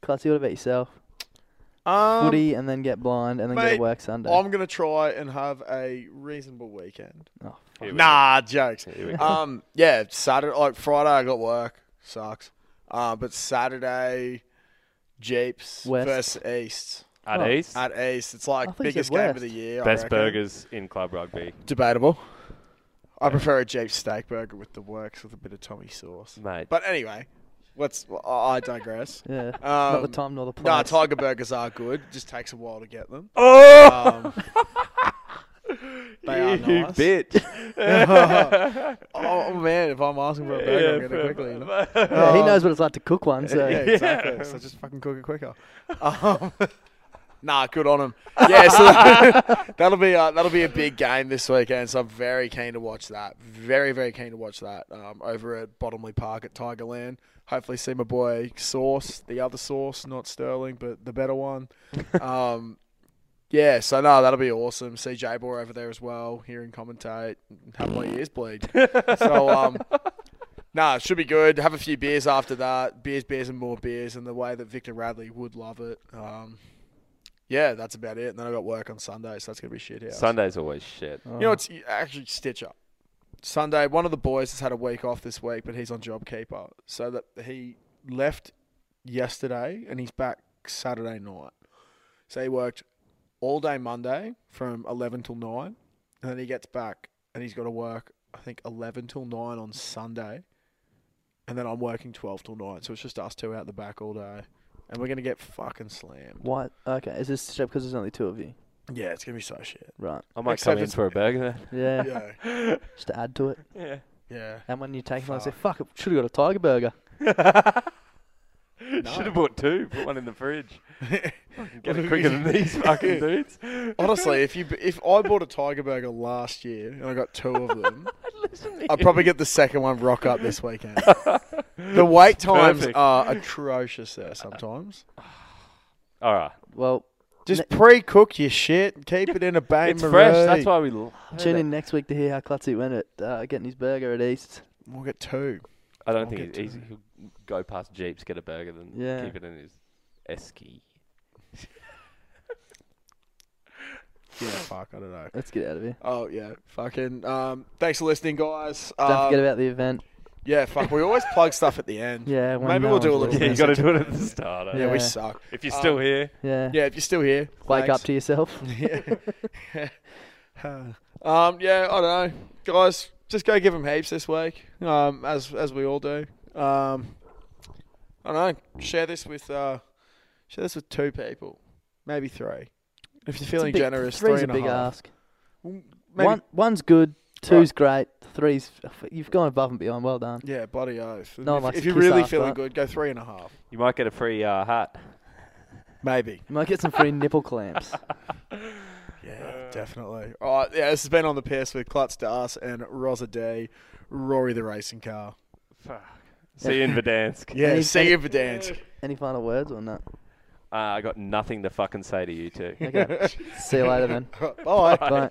Clutzy, what about yourself?
Um,
Footy and then get blind and then get to work Sunday.
I'm gonna try and have a reasonable weekend.
Oh,
fuck.
nah, jokes.
Here we go.
Um, yeah, Saturday, like Friday, I got work. Sucks. Uh, but Saturday, Jeeps
West.
versus East.
At Oh. East?
At East, it's
I
like
thought you said
biggest game of
West.
the year. I uh,
Best
reckon.
burgers in club rugby.
Debatable. I prefer a Jeep steak burger with the works with a bit of Tommy sauce,
mate.
But anyway, let's. I I digress.
Yeah,
Um,
not the time, not the
No,
place.
Tiger burgers are good. Just takes a while to get them.
Oh!
Um, they are
You
nice.
bitch.
oh man, if I'm asking for a burger, I'm getting it quickly. you know?
Yeah, he
Um,
knows what it's like to cook one, so
yeah, exactly. So just fucking cook it quicker. Um, nah, good on him. Yeah, so that'll be uh, that'll be a big game this weekend. So I'm very keen to watch that. Very very keen to watch that um, over at Bottomley Park at Tigerland. Hopefully see my boy Source, the other Source, not Sterling, but the better one. Um, yeah, so no, that'll be awesome. See J Boy over there as well, hear him commentate, and have my ears bleed. so um, Nah, it should be good. Have a few beers after that. Beers, beers, and more beers, and the way that Victor Radley would love it. Um, yeah, that's about it. And then I got work on Sunday, so that's gonna be shit house.
Sunday's always shit.
You know, it's actually stitch up. Sunday, one of the boys has had a week off this week, but he's on JobKeeper, so that he left yesterday and he's back Saturday night. So he worked all day Monday from eleven till nine, and then he gets back and he's got to work. I think eleven till nine on Sunday, and then I'm working twelve till nine. So it's just us two out the back all day, and we're gonna get fucking slammed.
Why? Okay, is this shit because there's only two of you?
Yeah, it's gonna be so shit.
Right.
I might
Except
come in
it's-
for a burger
Yeah.
then.
Just to add to it.
Yeah.
Yeah.
And when you take them, I say, "Fuck, it should have got a tiger burger."
Should have bought two. Put one in the fridge. Fucking Get it
Look,
quicker than these fucking dudes.
Honestly, if you b- if I bought a Tiger Burger last year and I got two of them, I'd probably get the second one rock up this weekend. the wait
It's
times
perfect.
are atrocious there sometimes.
All right.
Well,
Just pre-cook your shit, keep it in a bain
It's fresh,
marie.
that's why we love
Tune
it.
in next week to hear how Clutzy went at uh, getting his burger at East.
We'll get two.
I don't
I'll
think
get
he's,
two.
he'll go past Jeeps, get a burger, then
Yeah.
keep it in his esky.
Yeah, fuck, I don't know.
Let's get out of here.
Oh yeah, fucking. Um, thanks for listening, guys.
Don't forget
Um,
about the event.
Yeah, fuck. We always plug stuff at the end.
Yeah, when
maybe
no
we'll do a
one's
little.
listening.
Yeah, you gotta do it at the start, eh?
Yeah, Um, we
Yeah.
suck.
If you're still here.
Yeah.
Yeah, if you're still here.
Wake
thanks.
up to yourself.
Yeah. um, yeah, I don't know, guys. Just go give them heaps this week, um, as as we all do. Um, I don't know. Share this with uh, share this with two people, maybe three. If you're
It's a
feeling
big-
generous,
three's
three and
a
a
big
half.
ask.
Well, maybe-
One, one's good, two's great, three's you've gone above and beyond. Well done.
Yeah, bloody oath.
No one
if
likes
if
to
you're
kiss
really
after
feeling
that.
good, go three and a half.
You might get a free uh, hat.
Maybe.
You might get some free nipple clamps.
Yeah, definitely. All right, yeah, this has been on the piss with Klutz Das and Rosa Day, Rory the racing car.
Fuck. See you in Verdansk.
Yeah,
Any-
see
any-
you for dance.
Any final words or not?
Uh, I got nothing to fucking say to you two.
Okay. See you later then.
Bye.
Bye.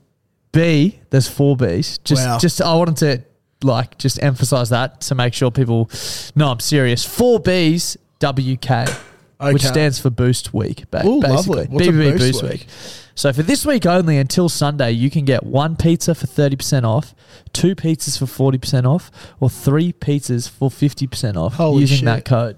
B, there's four B's. Just,
Wow.
just I wanted to like just emphasize that to make sure people know I'm serious. Four B's WK, which
Okay.
stands for Boost Week. ba-
Ooh,
basically.
lovely. What's a
BBB
Boost
Boost
Week?
Week. So for this week only until Sunday, you can get one pizza for 30% off, two pizzas for 40% off, or three pizzas for 50% off
Holy
using
shit. Oh.
that code.